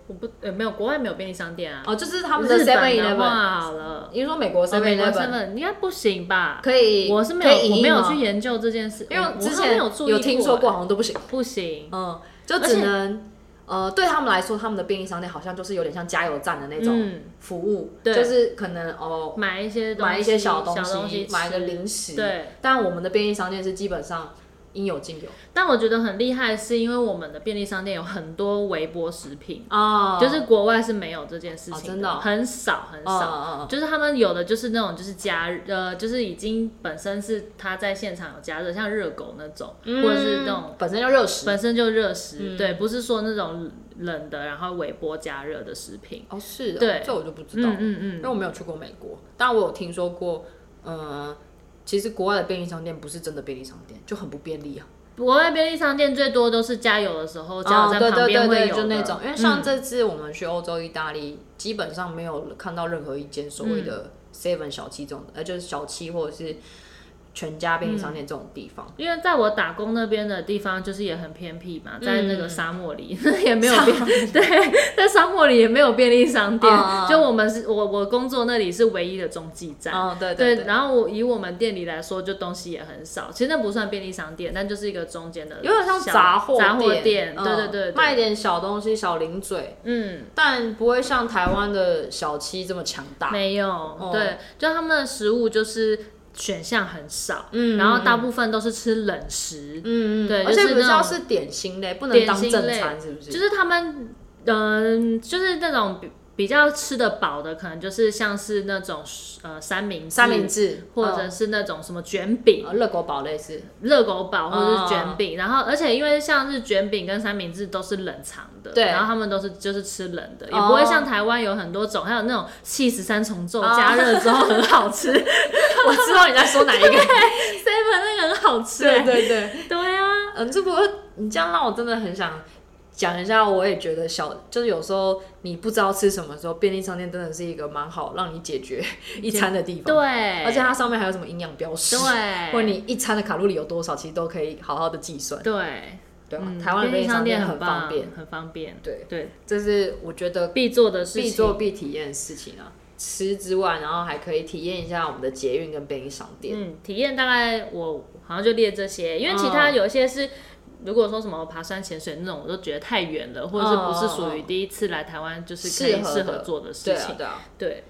Speaker 1: 我不呃没有，国外没有便利商店啊。
Speaker 2: 哦，就是他们的
Speaker 1: 日
Speaker 2: Seven
Speaker 1: 本的
Speaker 2: Eleven，
Speaker 1: 话好了，
Speaker 2: 你是说美国
Speaker 1: 哦
Speaker 2: Seven
Speaker 1: 美国
Speaker 2: Eleven
Speaker 1: seven 应该不行吧？
Speaker 2: 可以？
Speaker 1: 我是没有，
Speaker 2: 可以影
Speaker 1: 我
Speaker 2: 印
Speaker 1: 没有
Speaker 2: 吗
Speaker 1: 去，研究这件事，
Speaker 2: 因为
Speaker 1: 我我
Speaker 2: 之
Speaker 1: 好像
Speaker 2: 前
Speaker 1: 有注意
Speaker 2: 听说
Speaker 1: 过，
Speaker 2: 过，好像都不行。
Speaker 1: 不行。
Speaker 2: 嗯，就
Speaker 1: 而
Speaker 2: 只
Speaker 1: 且
Speaker 2: 能呃对他们来说，他们的便利商店好像就是有点像加油站的那种
Speaker 1: 嗯，
Speaker 2: 服务，
Speaker 1: 对
Speaker 2: 就是可能哦
Speaker 1: 买一些东西
Speaker 2: 买一些小
Speaker 1: 东
Speaker 2: 西，买
Speaker 1: 吃
Speaker 2: 个零食。
Speaker 1: 对，
Speaker 2: 但我们的便利商店是基本上应有尽有
Speaker 1: 但我觉得很厉害，是因为我们的便利商店有很多微波食品，
Speaker 2: 啊
Speaker 1: 就是国外是没有这件事情
Speaker 2: 哦真的哦
Speaker 1: 很少很少。
Speaker 2: 啊
Speaker 1: 就是他们有的就是那种就是加呃，就是已经本身是他在现场有加热，像热狗那种，或者是那种
Speaker 2: 嗯本身就热食
Speaker 1: 本身就热食，
Speaker 2: 嗯
Speaker 1: 对，不是说那种冷的然后微波加热的食品。
Speaker 2: 哦，是哦
Speaker 1: 对
Speaker 2: 这我就不知道
Speaker 1: 嗯，嗯
Speaker 2: 因为我没有去过美国，但我有听说过，呃，其实国外的便利商店不是真的便利商店，就很不便利啊。
Speaker 1: 嗯，国外便利商店最多都是加油的时候，加油
Speaker 2: 哦
Speaker 1: 站
Speaker 2: 对
Speaker 1: 旁
Speaker 2: 对
Speaker 1: 边
Speaker 2: 对
Speaker 1: 会
Speaker 2: 对，
Speaker 1: 有
Speaker 2: 就那
Speaker 1: 的嗯
Speaker 2: 种，因为像这次我们去欧洲、意大利，基本上没有看到任何一间所
Speaker 1: 嗯
Speaker 2: 谓的 Seven 小七这种，呃，就是小七或者是全家便利商
Speaker 1: 嗯
Speaker 2: 店这种地方。
Speaker 1: 因为在我打工那边的地方，就是也很偏僻嘛，在那个沙漠里、
Speaker 2: 嗯
Speaker 1: 也没有便，对， 在沙漠里也没有便利商店。
Speaker 2: 嗯嗯嗯
Speaker 1: 就我们是我我工作那里是唯一的中继站。
Speaker 2: 嗯，对
Speaker 1: 对
Speaker 2: 对，
Speaker 1: 然后我以我们店里来说，就东西也很少，其实那不算便利商店，但就是一个中间的小，
Speaker 2: 有点像杂货
Speaker 1: 杂货
Speaker 2: 店，
Speaker 1: 对对
Speaker 2: 嗯
Speaker 1: 对，对
Speaker 2: 卖一点小东西、小零嘴，
Speaker 1: 嗯，
Speaker 2: 但不会像台湾的小七这么强大。
Speaker 1: 没有，
Speaker 2: 哦
Speaker 1: 对，就他们的食物就是选项很少，
Speaker 2: 嗯
Speaker 1: 然后大部分都是吃冷食，
Speaker 2: 嗯嗯，
Speaker 1: 对
Speaker 2: 而
Speaker 1: 就
Speaker 2: 且
Speaker 1: 是
Speaker 2: 比
Speaker 1: 那
Speaker 2: 较
Speaker 1: 种
Speaker 2: 是点心类，不能
Speaker 1: 点
Speaker 2: 当
Speaker 1: 心
Speaker 2: 正
Speaker 1: 类
Speaker 2: 餐，是不是？
Speaker 1: 就是他们，嗯、就是那种比比较吃得饱的，可能就是像是那种呃三明治
Speaker 2: 三明治嗯
Speaker 1: 或者是那种什么卷饼、
Speaker 2: 呃热狗堡类似，
Speaker 1: 热狗堡或
Speaker 2: 哦
Speaker 1: 者是卷饼，然后而且因为像是卷饼跟三明治都是冷藏的，
Speaker 2: 对
Speaker 1: 然后他们都是就是吃冷的，也
Speaker 2: 哦
Speaker 1: 不会像台湾有很多种，还有那种气十三重奏
Speaker 2: 哦
Speaker 1: 加热之后很好 吃
Speaker 2: 我知道你在说哪一个。
Speaker 1: ，seven 那个很好吃、
Speaker 2: 对
Speaker 1: 欸，
Speaker 2: 对对，
Speaker 1: 对啊，
Speaker 2: 嗯，这不过你这样让我真的很想讲一下，我也觉得小就是有时候你不知道吃什么的时候，便利商店真的是一个蛮好让你解决一餐的地方。
Speaker 1: 对，
Speaker 2: 而且它上面还有什么营养标识，
Speaker 1: 对，
Speaker 2: 或者你一餐的卡路里有多少，其实都可以好好的计算，
Speaker 1: 对，
Speaker 2: 对吧？
Speaker 1: 嗯
Speaker 2: 台湾的便利商店
Speaker 1: 很
Speaker 2: 很方便，，
Speaker 1: 很方便，
Speaker 2: 对，
Speaker 1: 对，
Speaker 2: 这是我觉得
Speaker 1: 必做的事情，
Speaker 2: 必做必体验的事情啊。吃之外，然后还可以体验一下我们的捷运跟便利商店。
Speaker 1: 嗯，体验大概我好像就列这些，因为其他
Speaker 2: 哦
Speaker 1: 有一些是。如果说什么爬山、潜水那种，我都觉得太远了，或者是不是属于第一次来台湾就是可以
Speaker 2: 适
Speaker 1: 适
Speaker 2: 合
Speaker 1: 合
Speaker 2: 的
Speaker 1: 做的事
Speaker 2: 对啊
Speaker 1: 情。，
Speaker 2: 对啊，
Speaker 1: 对。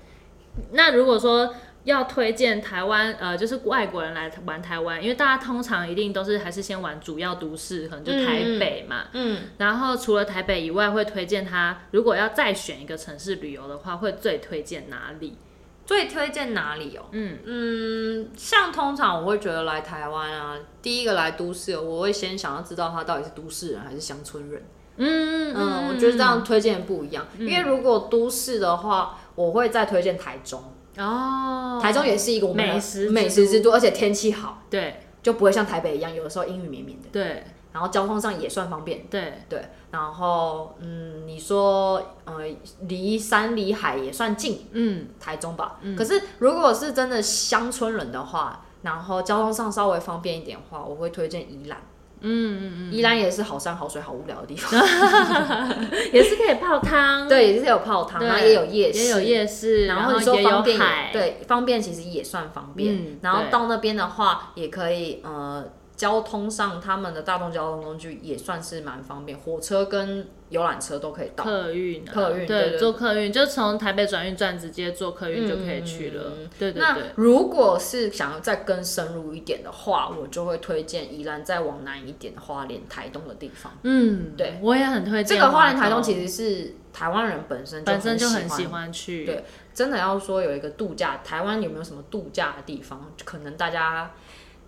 Speaker 1: 那如果说要推荐台湾，呃，就是外国人来玩台湾，因为大家通常一定都是还是先玩主要都市，可能就台北嘛。
Speaker 2: 嗯，
Speaker 1: 然后除了台北以外，会推荐他如果要再选一个城市旅游的话，会最推荐哪里？
Speaker 2: 最推荐哪里哦？
Speaker 1: 嗯
Speaker 2: 嗯，像通常我会觉得来台湾啊，第一个来都市，哦我会先想要知道他到底是都市人还是乡村人。
Speaker 1: 嗯
Speaker 2: 嗯，我觉得这样推荐不一样，因为如果都市的话，我会再推荐台中，
Speaker 1: 哦，
Speaker 2: 台中也是一个我们的
Speaker 1: 美食之都
Speaker 2: 美食之都，而且天气好，
Speaker 1: 对
Speaker 2: 就不会像台北一样，有的时候阴雨绵绵的，
Speaker 1: 对
Speaker 2: 然后交通上也算方便。
Speaker 1: 对，
Speaker 2: 对，然后嗯，你说呃，离山离海也算近，
Speaker 1: 嗯
Speaker 2: 台中吧。可是如果是真的乡村人的话，然后交通上稍微方便一点的话，我会推荐宜兰。
Speaker 1: 嗯嗯
Speaker 2: 宜兰也是好山好水好无聊的地方，
Speaker 1: 嗯，也是可以泡汤，
Speaker 2: 对，也是有泡汤，
Speaker 1: 对，
Speaker 2: 然后也有夜市，
Speaker 1: 也有夜市，
Speaker 2: 然
Speaker 1: 后
Speaker 2: 后你说
Speaker 1: 也
Speaker 2: 方
Speaker 1: 有
Speaker 2: 便也
Speaker 1: 海，，
Speaker 2: 对，方便其实也算方便。
Speaker 1: 嗯
Speaker 2: 然后
Speaker 1: 对
Speaker 2: 到那边的话，也可以呃，交通上他们的大众交通工具也算是蛮方便，火车跟游览车都可以到。
Speaker 1: 客运啊，
Speaker 2: 客运对对
Speaker 1: 对，坐客运就从台北转运站直接坐客运就可以去了
Speaker 2: 嗯，
Speaker 1: 对对
Speaker 2: 那
Speaker 1: 对，
Speaker 2: 如果是想要再更深入一点的话，我就会推荐宜兰再往南一点的花莲、台东的地方。
Speaker 1: 嗯，
Speaker 2: 对，
Speaker 1: 我也很推荐
Speaker 2: 这个花莲、台东
Speaker 1: 东
Speaker 2: 其实是台湾人本身
Speaker 1: 本身就很喜
Speaker 2: 喜欢。
Speaker 1: 欢去，
Speaker 2: 对真的要说有一个度假，台湾有没有什么度假的地方？可能大家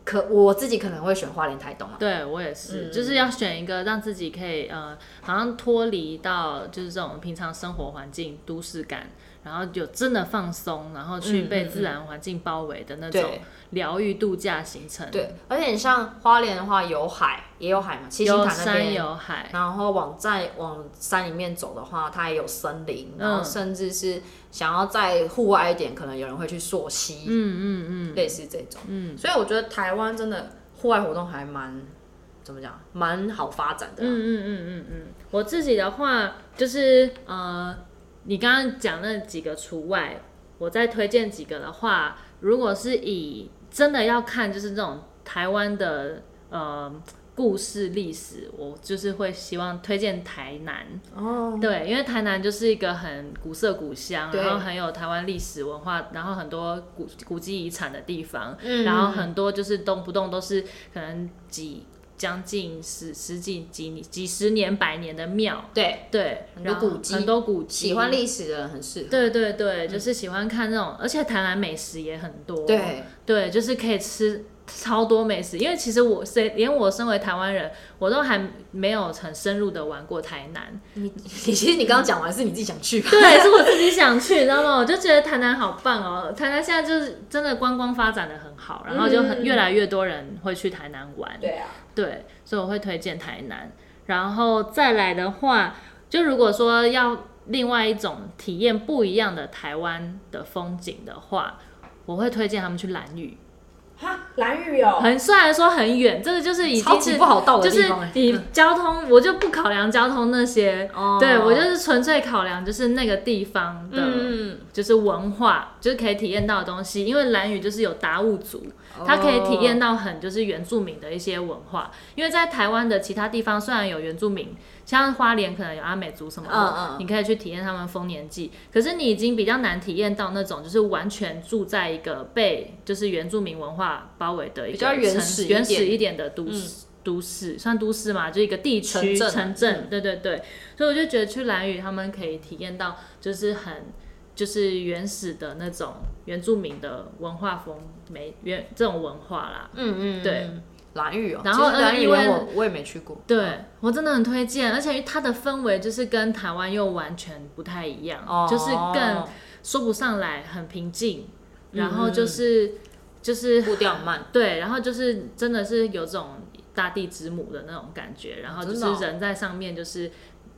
Speaker 2: 可我自己可能会选花莲、台东啊。
Speaker 1: 对我也是，
Speaker 2: 嗯
Speaker 1: 就是要选一个让自己可以呃，好像脱离到就是这种平常生活环境、都市感，然后有真的放松，然后去
Speaker 2: 嗯嗯
Speaker 1: 被
Speaker 2: 嗯
Speaker 1: 自然环境包围的那种
Speaker 2: 对
Speaker 1: 疗愈度假行程，
Speaker 2: 对，而且你像花莲的话，有海也有海嘛，七星
Speaker 1: 有
Speaker 2: 潭那
Speaker 1: 山
Speaker 2: 边。
Speaker 1: 有海，
Speaker 2: 然后往再往山里面走的话，它也有森林，然后
Speaker 1: 嗯
Speaker 2: 甚至是想要再户外一点，可能有人会去溯溪，
Speaker 1: 嗯嗯嗯，
Speaker 2: 类似这种。
Speaker 1: 嗯
Speaker 2: 所以我觉得台湾真的户外活动还蛮怎么讲，蛮好发展的啊、
Speaker 1: 嗯嗯嗯嗯嗯，我自己的话就是呃，你刚刚讲那几个除外，我再推荐几个的话，如果是以真的要看就是这种台湾的呃故事历史，我就是会希望推荐台南。
Speaker 2: 哦，
Speaker 1: 对，因为台南就是一个很古色古香，
Speaker 2: 对
Speaker 1: 然后很有台湾历史文化，然后很多古古迹遗产的地方，
Speaker 2: 嗯
Speaker 1: 然后很多就是动不动都是可能几将近十十几几几十年百年的庙，
Speaker 2: 对，
Speaker 1: 对，
Speaker 2: 很多
Speaker 1: 然后
Speaker 2: 古迹
Speaker 1: 很多古迹，
Speaker 2: 喜欢历史嗯的人很适合。
Speaker 1: 对对对，就是喜欢看那种，而且台南美食也很多，
Speaker 2: 对，
Speaker 1: 对，就是可以吃超多美食，因为其实我谁连我身为台湾人，我都还没有很深入的玩过台南。
Speaker 2: 你 你其实你刚刚讲完是你自己想去吧？
Speaker 1: 对，是我自己想去，你知道吗？我就觉得台南好棒哦，台南现在就是真的观光发展的很好，然后就很
Speaker 2: 嗯
Speaker 1: 越来越多人会去台南玩。
Speaker 2: 对啊，
Speaker 1: 对，所以我会推荐台南。然后再来的话，就如果说要另外一种体验不一样的台湾的风景的话，我会推荐他们去兰屿。
Speaker 2: 哈，蓝屿哦，
Speaker 1: 很虽然说很远，这个就是已
Speaker 2: 超
Speaker 1: 经
Speaker 2: 级
Speaker 1: 是
Speaker 2: 不好到的
Speaker 1: 就
Speaker 2: 地
Speaker 1: 是
Speaker 2: 方欸。
Speaker 1: 以交通，我就不考量交通那些。
Speaker 2: 哦
Speaker 1: 对我就是纯粹考量就是那个地方的，
Speaker 2: 嗯，
Speaker 1: 就是文化，就是可以体验到的东西。因为兰屿就是有达悟族，
Speaker 2: 哦嗯
Speaker 1: 它可以体验到很就是原住民的一些文化。因为在台湾的其他地方虽然有原住民，像花莲可能有阿美族什么的，
Speaker 2: 嗯嗯
Speaker 1: 你可以去体验他们丰年祭。可是你已经比较难体验到那种就是完全住在一个被就是原住民文化包围的一个
Speaker 2: 比较原
Speaker 1: 城
Speaker 2: 始一
Speaker 1: 原
Speaker 2: 点嗯
Speaker 1: 始一点的都市、都市，算都市嘛，就一个地区
Speaker 2: 城镇啊
Speaker 1: 城镇，对对对。所以我就觉得去兰屿，他们可以体验到就是很就是原始的那种原住民的文化风美原这种文化啦。
Speaker 2: 嗯嗯，
Speaker 1: 对，
Speaker 2: 蓝屿哦，
Speaker 1: 然后
Speaker 2: 其实蓝屿
Speaker 1: 因为
Speaker 2: 我我也没去过，
Speaker 1: 对我真的很推荐，而且它的氛围就是跟台湾又完全不太一样，
Speaker 2: 哦，
Speaker 1: 就是更说不上来，很平静，然后就
Speaker 2: 嗯
Speaker 1: 是、就是
Speaker 2: 步调慢，
Speaker 1: 对，然后就是真的是有种大地之母的那种感觉，然后就
Speaker 2: 真的哦
Speaker 1: 是人在上面，就是、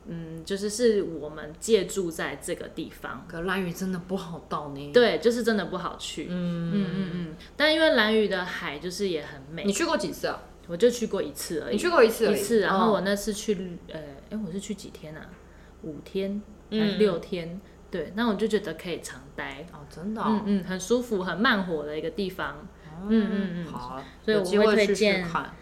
Speaker 1: 嗯，就是是我们借住在这个地方，
Speaker 2: 可蓝屿真的不好到呢。，
Speaker 1: 对，就是真的不好去，嗯
Speaker 2: 嗯，
Speaker 1: 嗯嗯但因为兰屿的海就是也很美
Speaker 2: 你，去过几次啊？
Speaker 1: 我就去过一次而已，
Speaker 2: 你去过一次而
Speaker 1: 一
Speaker 2: 已，
Speaker 1: 次，然后
Speaker 2: 哦
Speaker 1: 我那次去，呃，哎，我是去几天啊？五天还是
Speaker 2: 嗯
Speaker 1: 六天？对，那我就觉得可以常待，
Speaker 2: 哦，真的哦，
Speaker 1: 嗯嗯，很舒服，很慢活的一个地方。
Speaker 2: 嗯
Speaker 1: 嗯嗯
Speaker 2: 好，
Speaker 1: 所以
Speaker 2: 有
Speaker 1: 我
Speaker 2: 机
Speaker 1: 会
Speaker 2: 会
Speaker 1: 推
Speaker 2: 去试
Speaker 1: 荐
Speaker 2: 看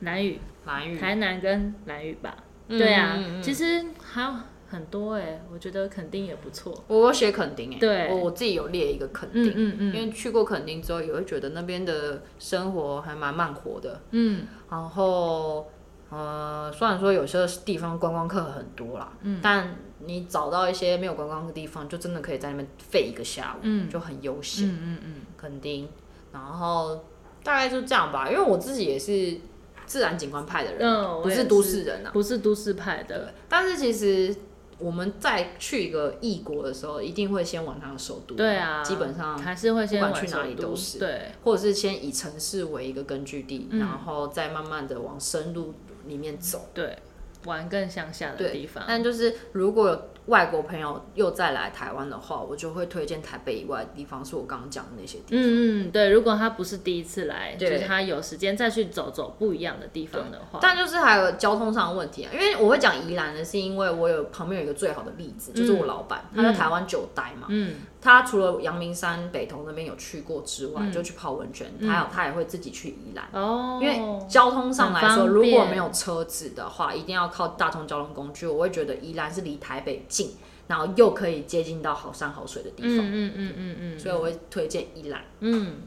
Speaker 1: 南屿、
Speaker 2: 蓝屿，
Speaker 1: 台南跟南屿吧，
Speaker 2: 嗯
Speaker 1: 对啊，
Speaker 2: 嗯嗯
Speaker 1: 其实还有很多哎、我觉得肯定也不错。
Speaker 2: 我有写垦丁哎，
Speaker 1: 对
Speaker 2: 我我自己有列一个垦
Speaker 1: 嗯
Speaker 2: 丁，
Speaker 1: 嗯
Speaker 2: 因
Speaker 1: 嗯
Speaker 2: 为去过垦丁之后，也会觉得那边的生活还蛮慢活的，
Speaker 1: 嗯，
Speaker 2: 然后，呃，虽然说有些地方观光客很多啦，嗯，但你找到一些没有观光的地方，就真的可以在那边废一个下午，
Speaker 1: 嗯
Speaker 2: 就很悠闲，
Speaker 1: 嗯嗯嗯，
Speaker 2: 肯定。然后大概就这样吧，因为我自己也是自然景观派的人，
Speaker 1: 嗯我
Speaker 2: 不
Speaker 1: 也
Speaker 2: 是都市人啊。
Speaker 1: 不是都市派
Speaker 2: 对
Speaker 1: 的，，
Speaker 2: 但是其实我们在去一个异国的时候，一定会先玩它的首都，
Speaker 1: 对啊，
Speaker 2: 基本上
Speaker 1: 还是会先
Speaker 2: 嗯不管
Speaker 1: 玩
Speaker 2: 去哪
Speaker 1: 首
Speaker 2: 里
Speaker 1: 都
Speaker 2: 都是
Speaker 1: 对，
Speaker 2: 或者是先以城市为一个根据地，
Speaker 1: 嗯
Speaker 2: 然后再慢慢的往深入里面走。
Speaker 1: 对，玩更乡下的
Speaker 2: 对
Speaker 1: 地方。
Speaker 2: 但就是如果有外国朋友又再来台湾的话，我就会推荐台北以外的地方，是我刚刚讲的那些地方。
Speaker 1: 嗯嗯，对，如果他不是第一次来，就
Speaker 2: 对
Speaker 1: 是他有时间再去走走不一样的地方的话，
Speaker 2: 但就是还有交通上的问题啊，因为我会讲宜兰的，是因为我有旁边有一个最好的例子，就是我老板，他在台湾久待嘛，
Speaker 1: 嗯
Speaker 2: 他除了阳明山、北投那边有去过之外，就去泡温泉，还有他也会自己去宜兰。
Speaker 1: 哦，
Speaker 2: 因为交通上来说，
Speaker 1: 很方
Speaker 2: 如
Speaker 1: 便
Speaker 2: 果没有车子的话，一定要靠大众交通工具。我会觉得宜兰是离台北近，然后又可以接近到好山好水的地
Speaker 1: 嗯
Speaker 2: 方，
Speaker 1: 嗯嗯嗯嗯
Speaker 2: 所以我会推荐宜兰。
Speaker 1: 嗯，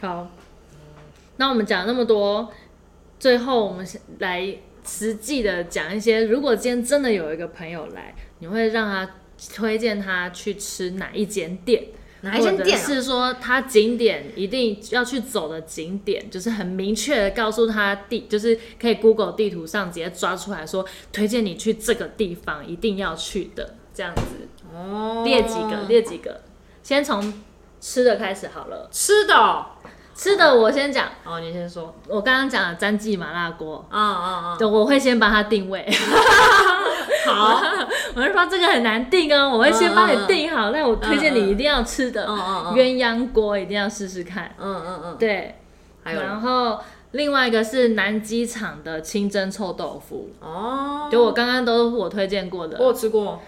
Speaker 1: 好，那我们讲那么多，最后我们先来实际的讲一些，如果今天真的有一个朋友来，你会让他推荐他去吃哪一间店？
Speaker 2: 哪一间店、
Speaker 1: 或者
Speaker 2: 啊？
Speaker 1: 是说他景点一定要去走的景点，就是很明确的告诉他地，就是可以 Google 地图上直接抓出来说，推荐你去这个地方一定要去的，这样子
Speaker 2: 哦
Speaker 1: 列几个，列几个，先从吃的开始好了。
Speaker 2: 吃的哦。
Speaker 1: 吃的我先讲，
Speaker 2: 哦，你先说。
Speaker 1: 我刚刚讲的詹记麻辣锅，
Speaker 2: 啊啊啊！
Speaker 1: 对，我会先帮他定位。
Speaker 2: 好。
Speaker 1: 我就说这个很难定哦，我会先帮你定好，但我推荐你一定要吃的
Speaker 2: 嗯嗯嗯。
Speaker 1: 鸳鸯锅，一定要试试看。
Speaker 2: 嗯嗯嗯。
Speaker 1: 对，
Speaker 2: 还有
Speaker 1: 然后另外一个是南机场的清蒸臭豆腐，
Speaker 2: 哦，
Speaker 1: 就我刚刚都我推荐过
Speaker 2: 我
Speaker 1: 的，
Speaker 2: 有吃过。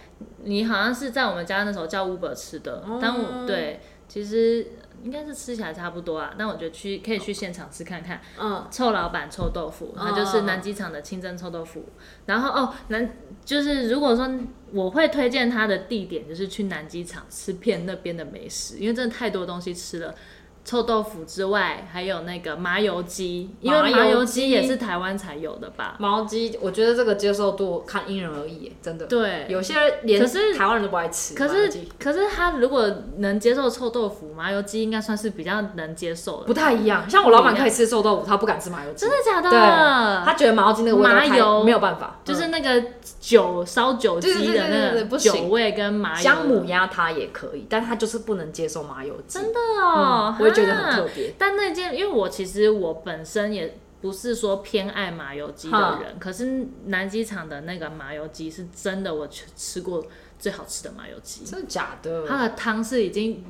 Speaker 1: 你好像是在我们家那时候叫 Uber 吃的
Speaker 2: 哦，
Speaker 1: 但我对其实应该是吃起来差不多啊，但我觉得去可以去现场吃看看。
Speaker 2: 嗯
Speaker 1: 臭老板臭豆腐，
Speaker 2: 哦
Speaker 1: 它就是南机场的清蒸臭豆腐。然后哦，南就是如果说我会推荐它的地点，就是去南机场吃遍那边的美食，因为真的太多东西吃了。臭豆腐之外，还有那个麻油鸡，因为
Speaker 2: 麻油
Speaker 1: 麻油鸡
Speaker 2: 鸡
Speaker 1: 也是台湾才有的吧？
Speaker 2: 毛鸡，我觉得这个接受度看因人而异耶，真的。
Speaker 1: 对。
Speaker 2: 有些人连
Speaker 1: 可是
Speaker 2: 台湾人都不爱吃
Speaker 1: 可
Speaker 2: 麻
Speaker 1: 是
Speaker 2: 鸡，
Speaker 1: 可是他如果能接受臭豆腐，麻油鸡应该算是比较能接受
Speaker 2: 不
Speaker 1: 的。
Speaker 2: 太一样。像我老板可以吃臭豆腐，他不敢吃麻油鸡
Speaker 1: 真，的假
Speaker 2: 对
Speaker 1: 的？
Speaker 2: 他觉得麻油鸡那个味道
Speaker 1: 麻
Speaker 2: 太
Speaker 1: 油
Speaker 2: 没有办法，嗯
Speaker 1: 就是那个酒烧酒鸡的
Speaker 2: 对对对对对
Speaker 1: 那
Speaker 2: 对不
Speaker 1: 个
Speaker 2: 行
Speaker 1: 酒味跟麻
Speaker 2: 嗯
Speaker 1: 油
Speaker 2: 姜母鸭他也可以，但他就是不能接受麻油鸡，真的
Speaker 1: 哦，
Speaker 2: 我也觉得很
Speaker 1: 哈
Speaker 2: 特别。
Speaker 1: 但那件，因为我其实我本身也不是说偏爱麻油鸡的人，可是南机场的那个麻油鸡是真的我吃吃过最好吃的麻油鸡，
Speaker 2: 真的假的？
Speaker 1: 它的汤是已经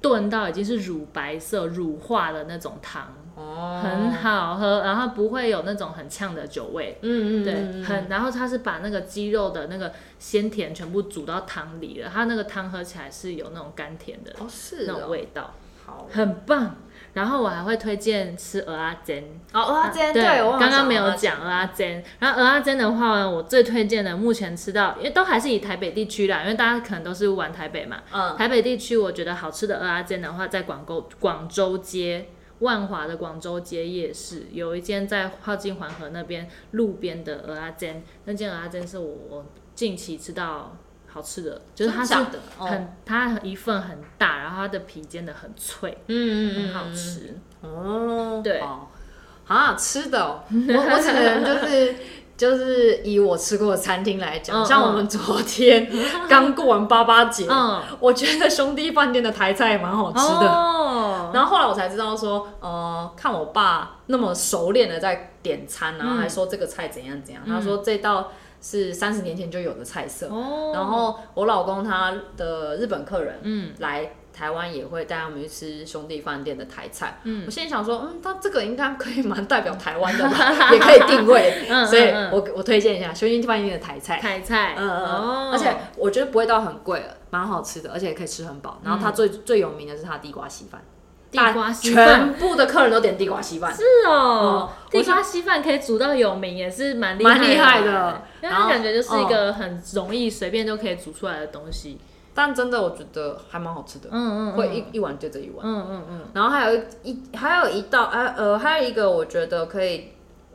Speaker 1: 炖到已经是乳白色、乳化的那种汤，
Speaker 2: 哦
Speaker 1: 很好喝，然后不会有那种很呛的酒味。
Speaker 2: 嗯嗯，
Speaker 1: 对，
Speaker 2: 嗯
Speaker 1: 很，然后它是把那个鸡肉的那个鲜甜全部煮到汤里了，它那个汤喝起来是有那种甘甜的
Speaker 2: 哦是
Speaker 1: 那
Speaker 2: 哦
Speaker 1: 种味道。
Speaker 2: 好
Speaker 1: 很棒。然后我还会推荐吃鹅阿煎，
Speaker 2: 哦，蚵仔煎对，我忘了
Speaker 1: 刚刚没
Speaker 2: 讲
Speaker 1: 有
Speaker 2: 了
Speaker 1: 讲鹅阿煎。然后鹅阿煎的话呢，我最推荐的目前吃到，因为都还是以台北地区啦，因为大家可能都是玩台北嘛。
Speaker 2: 嗯
Speaker 1: 台北地区我觉得好吃的鹅阿煎的话，在广州广州街，万华的广州街夜市有一间在靠近环河那边路边的鹅阿煎，那间鹅阿煎是我我近期吃到好吃的，就是它是
Speaker 2: 真假的，哦
Speaker 1: 很、它一份很大，然后它的皮煎的很脆，
Speaker 2: 嗯
Speaker 1: 很好吃。
Speaker 2: 哦，
Speaker 1: 对
Speaker 2: 好啊，吃 的哦、我我只能就是。就是以我吃过的餐厅来讲，
Speaker 1: 嗯
Speaker 2: 像我们 昨天刚过完八八节，
Speaker 1: 嗯，
Speaker 2: 我觉得兄弟饭店的台菜也蛮好吃的。
Speaker 1: 哦，
Speaker 2: 然后后来我才知道说，呃，看我爸那么熟练的在点餐，
Speaker 1: 嗯
Speaker 2: 然后还说这个菜怎样怎样，他说这道是三十年前就有的菜色。
Speaker 1: 哦
Speaker 2: 然后我老公他的日本客人，
Speaker 1: 嗯，
Speaker 2: 来台湾也会带他们去吃兄弟饭店的台菜。
Speaker 1: 嗯
Speaker 2: 我心里想说，嗯，他这个应该可以蛮代表台湾的 吧，也可以定位，
Speaker 1: 嗯嗯
Speaker 2: 所以
Speaker 1: 嗯
Speaker 2: 我我推荐一下兄弟饭店的台菜。
Speaker 1: 台菜，
Speaker 2: 嗯嗯，
Speaker 1: 哦
Speaker 2: 嗯，而且我觉得不会到很贵，蛮好吃的，而且也可以吃很饱。然后它最、最有名的是它的地瓜稀饭，
Speaker 1: 嗯地瓜稀
Speaker 2: 大
Speaker 1: 饭
Speaker 2: 全部的客人都点地瓜稀饭，
Speaker 1: 是哦，
Speaker 2: 嗯
Speaker 1: 地
Speaker 2: 我是
Speaker 1: 瓜稀饭可以煮到有名，也是蛮厉
Speaker 2: 蛮
Speaker 1: 的
Speaker 2: 厉害的
Speaker 1: 因为
Speaker 2: 然
Speaker 1: 它
Speaker 2: 后
Speaker 1: 感觉就是一个很容易随便就可以煮出来的东西。
Speaker 2: 但真的我觉得还蛮好吃的，
Speaker 1: 嗯嗯，嗯
Speaker 2: 会一一碗接着一碗。
Speaker 1: 嗯嗯嗯，
Speaker 2: 然后还有一一还有一道，呃呃，还有一个我觉得可以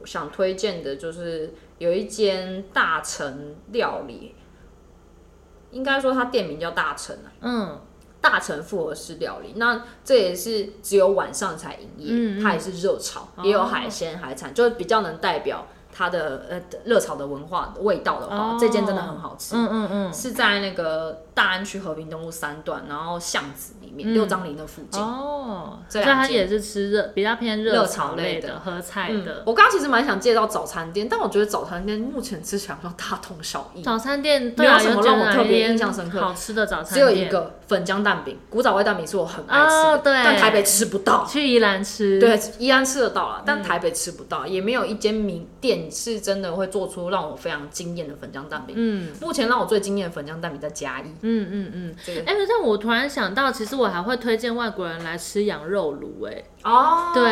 Speaker 2: 想推荐的，就是有一间大成料理，应该说它店名叫大成啊，
Speaker 1: 嗯
Speaker 2: 大成复合式料理。那这也是只有晚上才营业，
Speaker 1: 嗯嗯
Speaker 2: 它也是热炒，
Speaker 1: 哦
Speaker 2: 也有海鲜海产，就是比较能代表它的呃热炒的文化味道的话，
Speaker 1: 哦
Speaker 2: 这间真的很好吃。
Speaker 1: 嗯嗯嗯，
Speaker 2: 是在那个大安区和平东路三段，然后巷子里面、
Speaker 1: 嗯
Speaker 2: 六张林那附近，
Speaker 1: 哦，
Speaker 2: 这
Speaker 1: 所以
Speaker 2: 两
Speaker 1: 它
Speaker 2: 间
Speaker 1: 也是吃热，比较偏热
Speaker 2: 热
Speaker 1: 炒
Speaker 2: 炒类
Speaker 1: 类
Speaker 2: 的
Speaker 1: 的、和菜
Speaker 2: 嗯
Speaker 1: 的。
Speaker 2: 我刚刚其实蛮想介绍早餐店，但我觉得早餐店目前吃起来好像大同小异，
Speaker 1: 早餐店对啊，
Speaker 2: 嗯没有什么
Speaker 1: 觉得
Speaker 2: 让我特别
Speaker 1: 哪一间
Speaker 2: 印象深刻
Speaker 1: 好吃的早餐
Speaker 2: 只
Speaker 1: 店
Speaker 2: 有一，个粉浆蛋饼，古早味蛋饼是我很爱吃的，
Speaker 1: 哦对
Speaker 2: 但台北吃不到。
Speaker 1: 去宜兰吃。
Speaker 2: 对，依然吃得到啦，但台北吃不到，也没有一间名店是真的会做出让我非常惊艳的粉浆蛋饼。
Speaker 1: 嗯，
Speaker 2: 目前让我最惊艳的粉浆蛋饼在嘉义，
Speaker 1: 嗯嗯嗯
Speaker 2: 这个
Speaker 1: 哎、可但我突然想到，其实我还会推荐外国人来吃羊肉炉、哎，
Speaker 2: 哦
Speaker 1: 对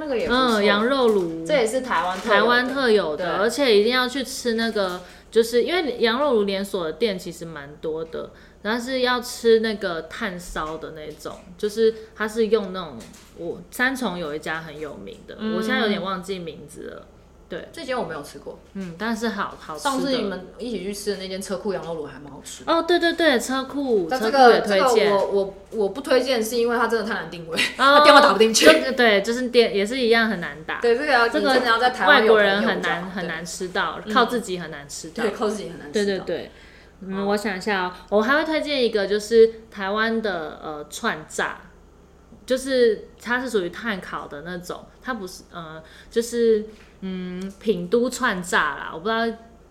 Speaker 2: 那个也不错，
Speaker 1: 嗯，羊肉炉，
Speaker 2: 这也是台湾特有的
Speaker 1: 台湾特有
Speaker 2: 对
Speaker 1: 的，而且一定要去吃那个，就是因为羊肉炉连锁的店其实蛮多的，但是要吃那个炭烧的那种，就是它是用那种我三重有一家很有名的，
Speaker 2: 嗯
Speaker 1: 我现在有点忘记名字了，对，
Speaker 2: 这间我没有吃过，
Speaker 1: 嗯，但是好好吃的。
Speaker 2: 上次你们一起去吃的那间车库羊肉炉还蛮好吃的。
Speaker 1: 哦，对对对，车库，
Speaker 2: 但
Speaker 1: 车
Speaker 2: 这
Speaker 1: 库也
Speaker 2: 个
Speaker 1: 推荐
Speaker 2: 这个。我我我不推荐，是因为它真的太难定位，
Speaker 1: 哦
Speaker 2: 它 电话打不进去。
Speaker 1: 就对，就是电也是一样很难打。
Speaker 2: 对，这个要
Speaker 1: 这
Speaker 2: 你真
Speaker 1: 个
Speaker 2: 的要在台湾
Speaker 1: 外
Speaker 2: 有
Speaker 1: 国人
Speaker 2: 朋友
Speaker 1: 很
Speaker 2: 就
Speaker 1: 难
Speaker 2: 好
Speaker 1: 很，难吃到，靠自己很难吃到
Speaker 2: 嗯对，。对，扣自己很难
Speaker 1: 对
Speaker 2: 吃
Speaker 1: 对
Speaker 2: 到。
Speaker 1: 对，嗯，我想一下哦，我还会推荐一个，就是台湾的呃串炸，就是它是属于炭烤的那种，它不是呃，就是嗯品都串炸啦，我不知道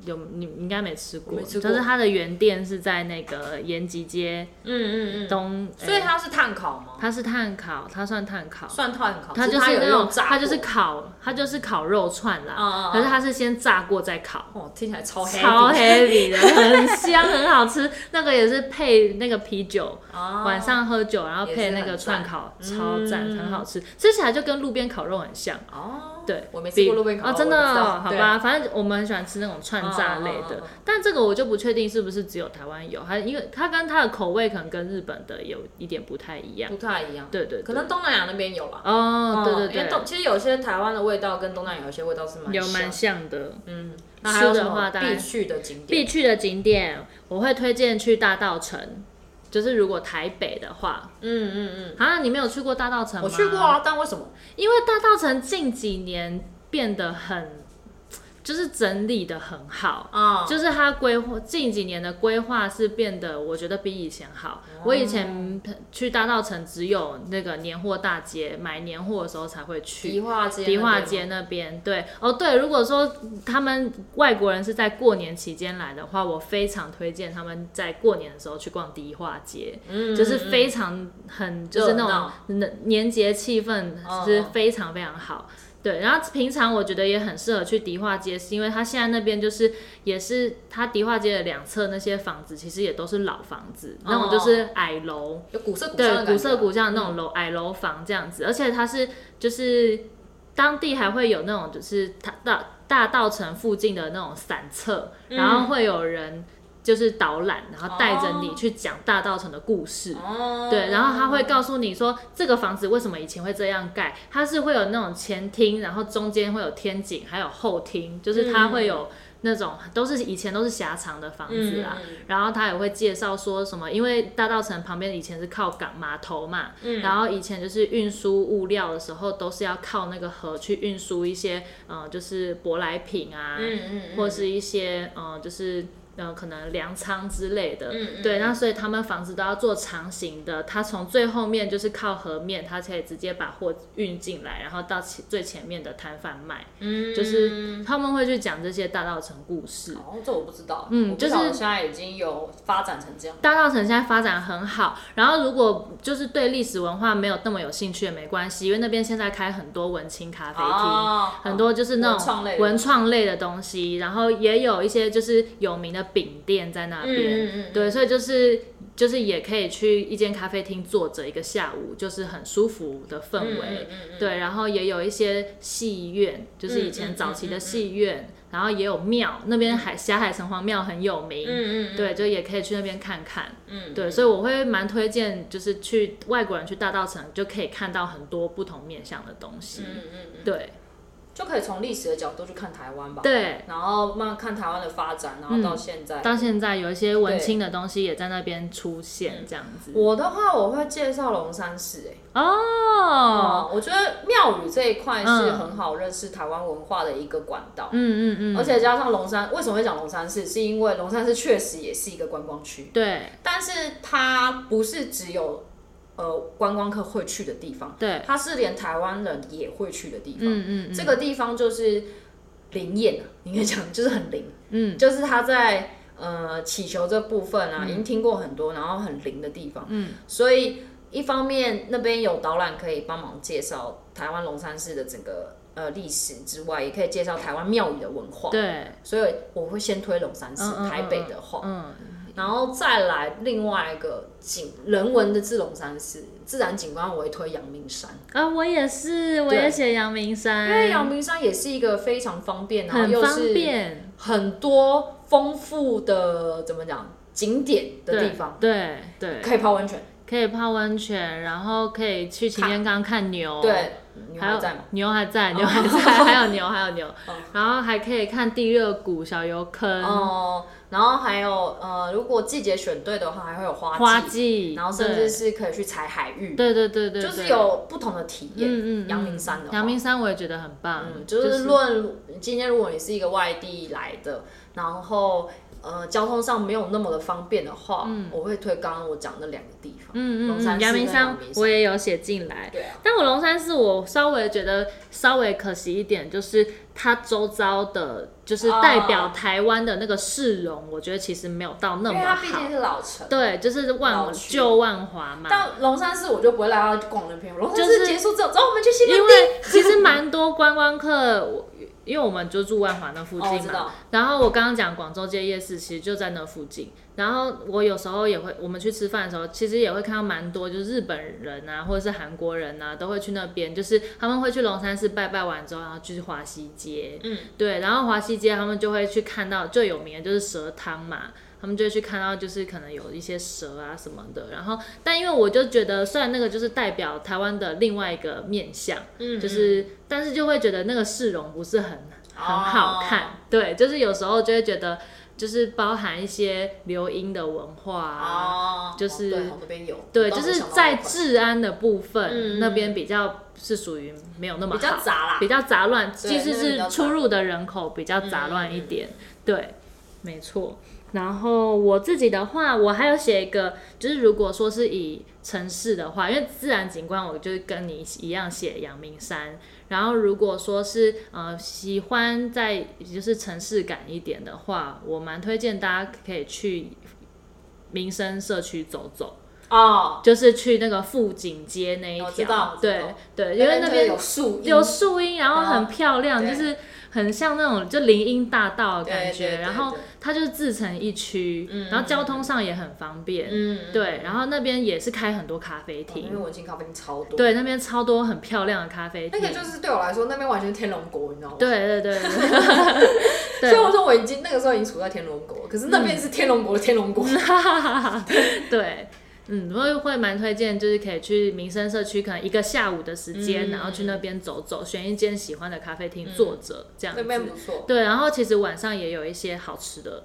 Speaker 1: 有你你应该没吃过，
Speaker 2: 我没吃过
Speaker 1: 就是它的原店是在那个延吉街
Speaker 2: 嗯嗯嗯。
Speaker 1: 东，
Speaker 2: 所以
Speaker 1: 呃
Speaker 2: 它是炭烤吗？
Speaker 1: 它是炭烤，它算炭烤。
Speaker 2: 算炭烤，
Speaker 1: 它
Speaker 2: 只
Speaker 1: 就是
Speaker 2: 它
Speaker 1: 是
Speaker 2: 有
Speaker 1: 那种
Speaker 2: 用，炸
Speaker 1: 它
Speaker 2: 过，
Speaker 1: 就是烤，它就是烤肉串啦。
Speaker 2: 嗯嗯嗯
Speaker 1: 可是它是先炸过再烤，
Speaker 2: 哦，听起来超黑。
Speaker 1: 超 heavy 的，很香，很好吃。那个也是配那个啤酒，
Speaker 2: 哦
Speaker 1: 晚上喝酒，然后配那个
Speaker 2: 也是
Speaker 1: 串
Speaker 2: 很赞
Speaker 1: 烤，
Speaker 2: 嗯
Speaker 1: 超赞，很好吃。吃起来就跟路边烤肉很像。
Speaker 2: 哦，
Speaker 1: 对，
Speaker 2: 我没吃过
Speaker 1: 比
Speaker 2: 路边烤
Speaker 1: 哦，
Speaker 2: 肉，
Speaker 1: 真的
Speaker 2: 我不知道
Speaker 1: 哦，好
Speaker 2: 对
Speaker 1: 吧，反正我们很喜欢吃那种串炸类
Speaker 2: 嗯嗯嗯
Speaker 1: 的
Speaker 2: 嗯嗯，
Speaker 1: 但这个我就不确定是不是只有台湾有，还因为它跟它的口味可能跟日本的有一点不太一样。
Speaker 2: 不太一样，
Speaker 1: 对对，对
Speaker 2: 可能东南亚那边有啦。
Speaker 1: 哦，对对
Speaker 2: 嗯因为
Speaker 1: 对
Speaker 2: 东，其实有些台湾的味道跟东南亚有些味道是蛮
Speaker 1: 有
Speaker 2: 像
Speaker 1: 蛮像的。
Speaker 2: 嗯，那还有
Speaker 1: 吃
Speaker 2: 什
Speaker 1: 的话
Speaker 2: 么
Speaker 1: 大概
Speaker 2: 必去的景点？
Speaker 1: 必去的景点，我会推荐去大道城。就是如果台北的话，
Speaker 2: 嗯嗯
Speaker 1: 啊，你没有去过大道城
Speaker 2: 嗯，
Speaker 1: 吗？
Speaker 2: 我去过，啊，但为什么？
Speaker 1: 因为大道城近几年变得很，就是整理的很好。
Speaker 2: 啊，
Speaker 1: 就是它规划近几年的规划是变得，我觉得比以前好。
Speaker 2: 哦
Speaker 1: 我以前去大道城只有那个年货大街买年货的时候才会去，
Speaker 2: 迪化街那
Speaker 1: 迪
Speaker 2: 边吗，
Speaker 1: 化街那边，对，哦对，如果说他们外国人是在过年期间来的话，我非常推荐他们在过年的时候去逛迪化街，
Speaker 2: 嗯，嗯，
Speaker 1: 就是
Speaker 2: 嗯
Speaker 1: 非常很就是
Speaker 2: 热
Speaker 1: 那
Speaker 2: 闹
Speaker 1: 种年年节气氛
Speaker 2: 哦
Speaker 1: 是非常非常好。对，然后平常我觉得也很适合去迪化街，是因为它现在那边就是也是它迪化街的两侧那些房子，其实也都是老房子，那
Speaker 2: 哦
Speaker 1: 种就是矮楼，
Speaker 2: 有古色古香的
Speaker 1: 对，古
Speaker 2: 感觉啊嗯
Speaker 1: 色古香的那种楼、矮楼房这样子，而且它是就是当地还会有那
Speaker 2: 嗯
Speaker 1: 种就是它大大道城附近的那种散策，然后会有人。就是导览，然后带着你去讲大稻城的故事。
Speaker 2: 哦
Speaker 1: 对，然后他会告诉你说这个房子为什么以前会这样盖，它是会有那种前厅，然后中间会有天井，还有后厅，就是
Speaker 2: 嗯
Speaker 1: 它会有那种都是以前都是狭长的房子
Speaker 2: 嗯
Speaker 1: 啊啦。然后他也会介绍说什么，因为大稻城旁边以前是靠港码头嘛，
Speaker 2: 嗯
Speaker 1: 然后以前就是运输物料的时候都是要靠那个河去运输一些，呃，就是舶来品啊，
Speaker 2: 嗯嗯嗯，
Speaker 1: 或是一些呃，就是呃，可能粮仓之类的。
Speaker 2: 嗯嗯
Speaker 1: 对，那所以他们房子都要做长形的，它从最后面就是靠河面，它可以直接把货运进来，然后到前最前面的摊贩卖。
Speaker 2: 嗯
Speaker 1: 就是他们会去讲这些大稻城故事。
Speaker 2: 哦，这我不知道，
Speaker 1: 嗯
Speaker 2: 我不晓
Speaker 1: 就
Speaker 2: 得
Speaker 1: 是
Speaker 2: 现在已经有发展成这样，
Speaker 1: 大稻城现在发展很好，然后如果就是对历史文化没有那么有兴趣也没关系，因为那边现在开很多文青咖啡厅。
Speaker 2: 哦
Speaker 1: 很多就是那
Speaker 2: 文创类
Speaker 1: 种
Speaker 2: 的
Speaker 1: 文创类的东西，然后也有一些就是有名的饼店在那边，
Speaker 2: 嗯嗯嗯
Speaker 1: 对，所以就是就是也可以去一间咖啡厅坐着一个下午，就是很舒服的氛
Speaker 2: 嗯
Speaker 1: 围，
Speaker 2: 嗯嗯嗯嗯
Speaker 1: 对，然后也有一些戏院，就是以前早期的戏院，然后也有庙，那边海霞海城隍庙很有名，
Speaker 2: 嗯嗯嗯
Speaker 1: 对，就也可以去那边看看。
Speaker 2: 嗯，
Speaker 1: 对，所以我会蛮推荐，就是去外国人去大稻城，就可以看到很多不同面向的东西。
Speaker 2: 嗯嗯嗯，
Speaker 1: 对
Speaker 2: 就可以从历史的角度去看台湾吧，，
Speaker 1: 对，嗯
Speaker 2: 然后慢慢看台湾的发展，然后到现在。
Speaker 1: 到现在有一些文青的东西也在那边出现，这样子。
Speaker 2: 我的话，我会介绍龙山寺、欸，
Speaker 1: 哦，
Speaker 2: 哦、我觉得庙宇这一块是
Speaker 1: 嗯
Speaker 2: 很好认识台湾文化的一个管道，
Speaker 1: 嗯嗯嗯，
Speaker 2: 而且加上龙山，为什么会讲龙山寺？是因为龙山寺确实也是一个观光区，
Speaker 1: 对
Speaker 2: 但是它不是只有呃观光客会去的地方，
Speaker 1: 对，
Speaker 2: 它是连台湾人也会去的地方。
Speaker 1: 嗯嗯
Speaker 2: 这个地方就是灵验啊，应该讲就是很灵，
Speaker 1: 嗯
Speaker 2: 就是它在呃祈求这部分啊，已经听过很多，然后很灵的地方。
Speaker 1: 嗯，
Speaker 2: 所以一方面那边有导览可以帮忙介绍台湾龙山寺的整个呃历史之外，也可以介绍台湾庙宇的文化。
Speaker 1: 对，
Speaker 2: 所以我会先推龙山寺，
Speaker 1: 嗯嗯嗯
Speaker 2: 台北的话，
Speaker 1: 嗯
Speaker 2: 然后再来另外一个景人文的自龙山寺，自然景观我会推阳明山，
Speaker 1: 啊，我也是，我也写阳明山，
Speaker 2: 因为阳明山也是一个非常方便，然
Speaker 1: 嗯
Speaker 2: 后
Speaker 1: 很
Speaker 2: 又
Speaker 1: 方
Speaker 2: 是
Speaker 1: 便
Speaker 2: 很多丰富的怎么讲景点的地方，，
Speaker 1: 对对，对
Speaker 2: 可以泡温泉，
Speaker 1: 可以泡温泉，然后可以去擎天岗看牛，
Speaker 2: 对，你
Speaker 1: 哦还有
Speaker 2: 还在吗？哦
Speaker 1: 牛还在，牛还在， 还有牛，还有牛，然后还可以看地热谷、小油坑、
Speaker 2: 哦、然后还有呃，如果季节选对的话，还会有花季，
Speaker 1: 花季，
Speaker 2: 然后甚至是可以去采海域，
Speaker 1: 对对对对对，
Speaker 2: 就是有不同的体验。
Speaker 1: 嗯嗯嗯
Speaker 2: 阳明山的话
Speaker 1: 阳明山，我也觉得很棒，
Speaker 2: 嗯，就是论今天如果你是一个外地来的，然后呃交通上没有那么的方便的话，我会推刚刚我讲的两个地方，
Speaker 1: 嗯嗯
Speaker 2: 龙山
Speaker 1: 嗯，
Speaker 2: 寺
Speaker 1: 阳明
Speaker 2: 跟
Speaker 1: 山
Speaker 2: 阳明山
Speaker 1: 我也有写进来，
Speaker 2: 对啊，
Speaker 1: 但我龙山寺，我稍微觉得稍微可惜一点，就是它周遭的，就是代表台湾的那个市容，我觉得其实没有到那
Speaker 2: 因为
Speaker 1: 么
Speaker 2: 它毕
Speaker 1: 好
Speaker 2: 竟。是老城。
Speaker 1: 对，就是
Speaker 2: 老
Speaker 1: 万
Speaker 2: 区
Speaker 1: 旧万华嘛。
Speaker 2: 但龙山寺我就不会来到逛人篇，龙山
Speaker 1: 就是
Speaker 2: 寺结束之后，走，我们去西门
Speaker 1: 因
Speaker 2: 町。
Speaker 1: 为其实蛮多观光客，我因为我们就住万华那附
Speaker 2: 哦我
Speaker 1: 近
Speaker 2: 知
Speaker 1: 嘛。
Speaker 2: 道
Speaker 1: 然后我刚刚讲广州街夜市，其实就在那附近。然后我有时候也会，我们去吃饭的时候，其实也会看到蛮多，就是日本人啊，或者是韩国人啊，都会去那边，就是他们会去龙山寺拜拜完之后，然后去华西街。
Speaker 2: 嗯，
Speaker 1: 对，然后华西街他们就会去看到最有名的就是蛇汤嘛。他们就会去看到，就是可能有一些蛇啊什么的，然后，但因为我就觉得，虽然那个就是代表台湾的另外一个面相，
Speaker 2: 嗯
Speaker 1: 就是，但是就会觉得那个市容不是很
Speaker 2: 哦
Speaker 1: 很好看，对，就是有时候就会觉得，就是包含一些留英的文化啊，
Speaker 2: 哦，
Speaker 1: 就是
Speaker 2: 对，好那边有，
Speaker 1: 对，
Speaker 2: 我倒
Speaker 1: 就是是
Speaker 2: 想到那
Speaker 1: 在
Speaker 2: 一块
Speaker 1: 治安的部分、
Speaker 2: 嗯
Speaker 1: 那边比较是属于没有那么
Speaker 2: 比较
Speaker 1: 好，
Speaker 2: 杂啦，
Speaker 1: 比较杂乱，
Speaker 2: 对
Speaker 1: 即使
Speaker 2: 那边比较
Speaker 1: 是
Speaker 2: 杂嗯
Speaker 1: 出入的人口比较杂乱一点，对，没错。然后我自己的话，我还有写一个，就是如果说是以城市的话，因为自然景观，我就是跟你一样写阳明山。然后如果说是呃喜欢在就是城市感一点的话，我蛮推荐大家可以去民生社区走走。
Speaker 2: 哦，
Speaker 1: 就是去那个富锦街那一
Speaker 2: 我知道
Speaker 1: 条
Speaker 2: 我，知
Speaker 1: 对
Speaker 2: 道
Speaker 1: 对，因为那边
Speaker 2: 有树荫啊
Speaker 1: 有树荫，然后很漂亮，
Speaker 2: 对
Speaker 1: 就是很像那种就林荫大道的感
Speaker 2: 对对
Speaker 1: 觉。
Speaker 2: 对
Speaker 1: 然后
Speaker 2: 对
Speaker 1: 它就是自成一区，然后交通上也很方便。
Speaker 2: 嗯，
Speaker 1: 对，然后那边也是开很多咖啡
Speaker 2: 哦因为
Speaker 1: 厅，
Speaker 2: 文青咖啡厅超多，，
Speaker 1: 对，那边超多很漂亮的咖啡
Speaker 2: 那
Speaker 1: 厅。
Speaker 2: 个就是对我来说，那边完全是天龙国，你知道吗？
Speaker 1: 对对 对对
Speaker 2: 所以我
Speaker 1: 对
Speaker 2: 说我已经那个时候已经处在天龙国，可是那边是天龙国的天龙 国，
Speaker 1: 嗯对，嗯，我也会蛮推荐，就是可以去民生社区，可能一个下午的时间，
Speaker 2: 嗯
Speaker 1: 然后去那边走走，选一间喜欢的咖啡厅坐着，这样
Speaker 2: 那边
Speaker 1: 子。
Speaker 2: 不错，
Speaker 1: 对，然后其实晚上也有一些好吃的，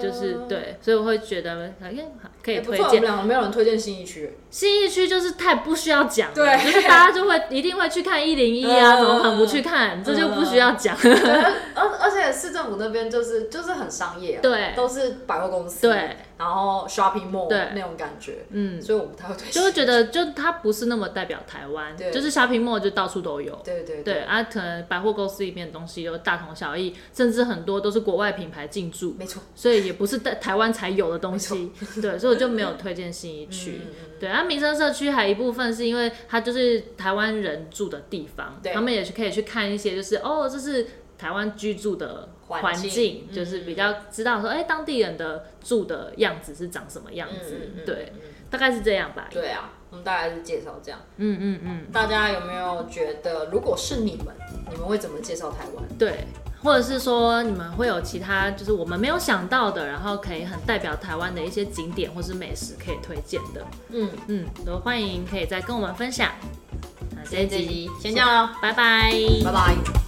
Speaker 1: 就是
Speaker 2: 呃，
Speaker 1: 对，所以我会觉得哎好可以
Speaker 2: 也不
Speaker 1: 推
Speaker 2: 错。我们
Speaker 1: 荐。
Speaker 2: 两个没有人推荐新一区，
Speaker 1: 新一区就是太不需要讲了，
Speaker 2: 对
Speaker 1: 就是大家就会一定会去看一零一啊，
Speaker 2: 嗯
Speaker 1: 怎么可能不去看？这就不需要讲。
Speaker 2: 而而且市政府那边就是就是很商业、啊，
Speaker 1: 对
Speaker 2: 都是百货公司，
Speaker 1: 对，
Speaker 2: 然后 shopping mall
Speaker 1: 对
Speaker 2: 那种感觉，
Speaker 1: 嗯，
Speaker 2: 所以我不太会推荐，
Speaker 1: 就会觉得就它不是那么代表台湾，
Speaker 2: 对
Speaker 1: 就是 shopping mall 就到处都有。
Speaker 2: 对对
Speaker 1: 对啊，可能百货公司里面的东西都大同小异，甚至很多都是国外品牌进驻，
Speaker 2: 没错，
Speaker 1: 所以也不是在台湾才有的东西。对，所以我就没有推荐信义区。对，啊，民生社区还一部分是因为它就是台湾人住的地方，
Speaker 2: 对
Speaker 1: 他们也是可以去看一些，就是哦，这是台湾居住的
Speaker 2: 环
Speaker 1: 环
Speaker 2: 境
Speaker 1: 就是比较知道说，哎、当地人的住的样子是长什么样
Speaker 2: 嗯
Speaker 1: 子。嗯对，大概是这样吧。
Speaker 2: 对啊，我们大概是介绍这样。
Speaker 1: 嗯嗯嗯，
Speaker 2: 大家有没有觉得，如果是你们，你们会怎么介绍台湾？
Speaker 1: 对，或者是说你们会有其他就是我们没有想到的，然后可以很代表台湾的一些景点或是美食可以推荐的，
Speaker 2: 嗯，
Speaker 1: 嗯，都欢迎可以再跟我们分享。那这一集
Speaker 2: 先这样了，
Speaker 1: 拜拜。
Speaker 2: 拜拜。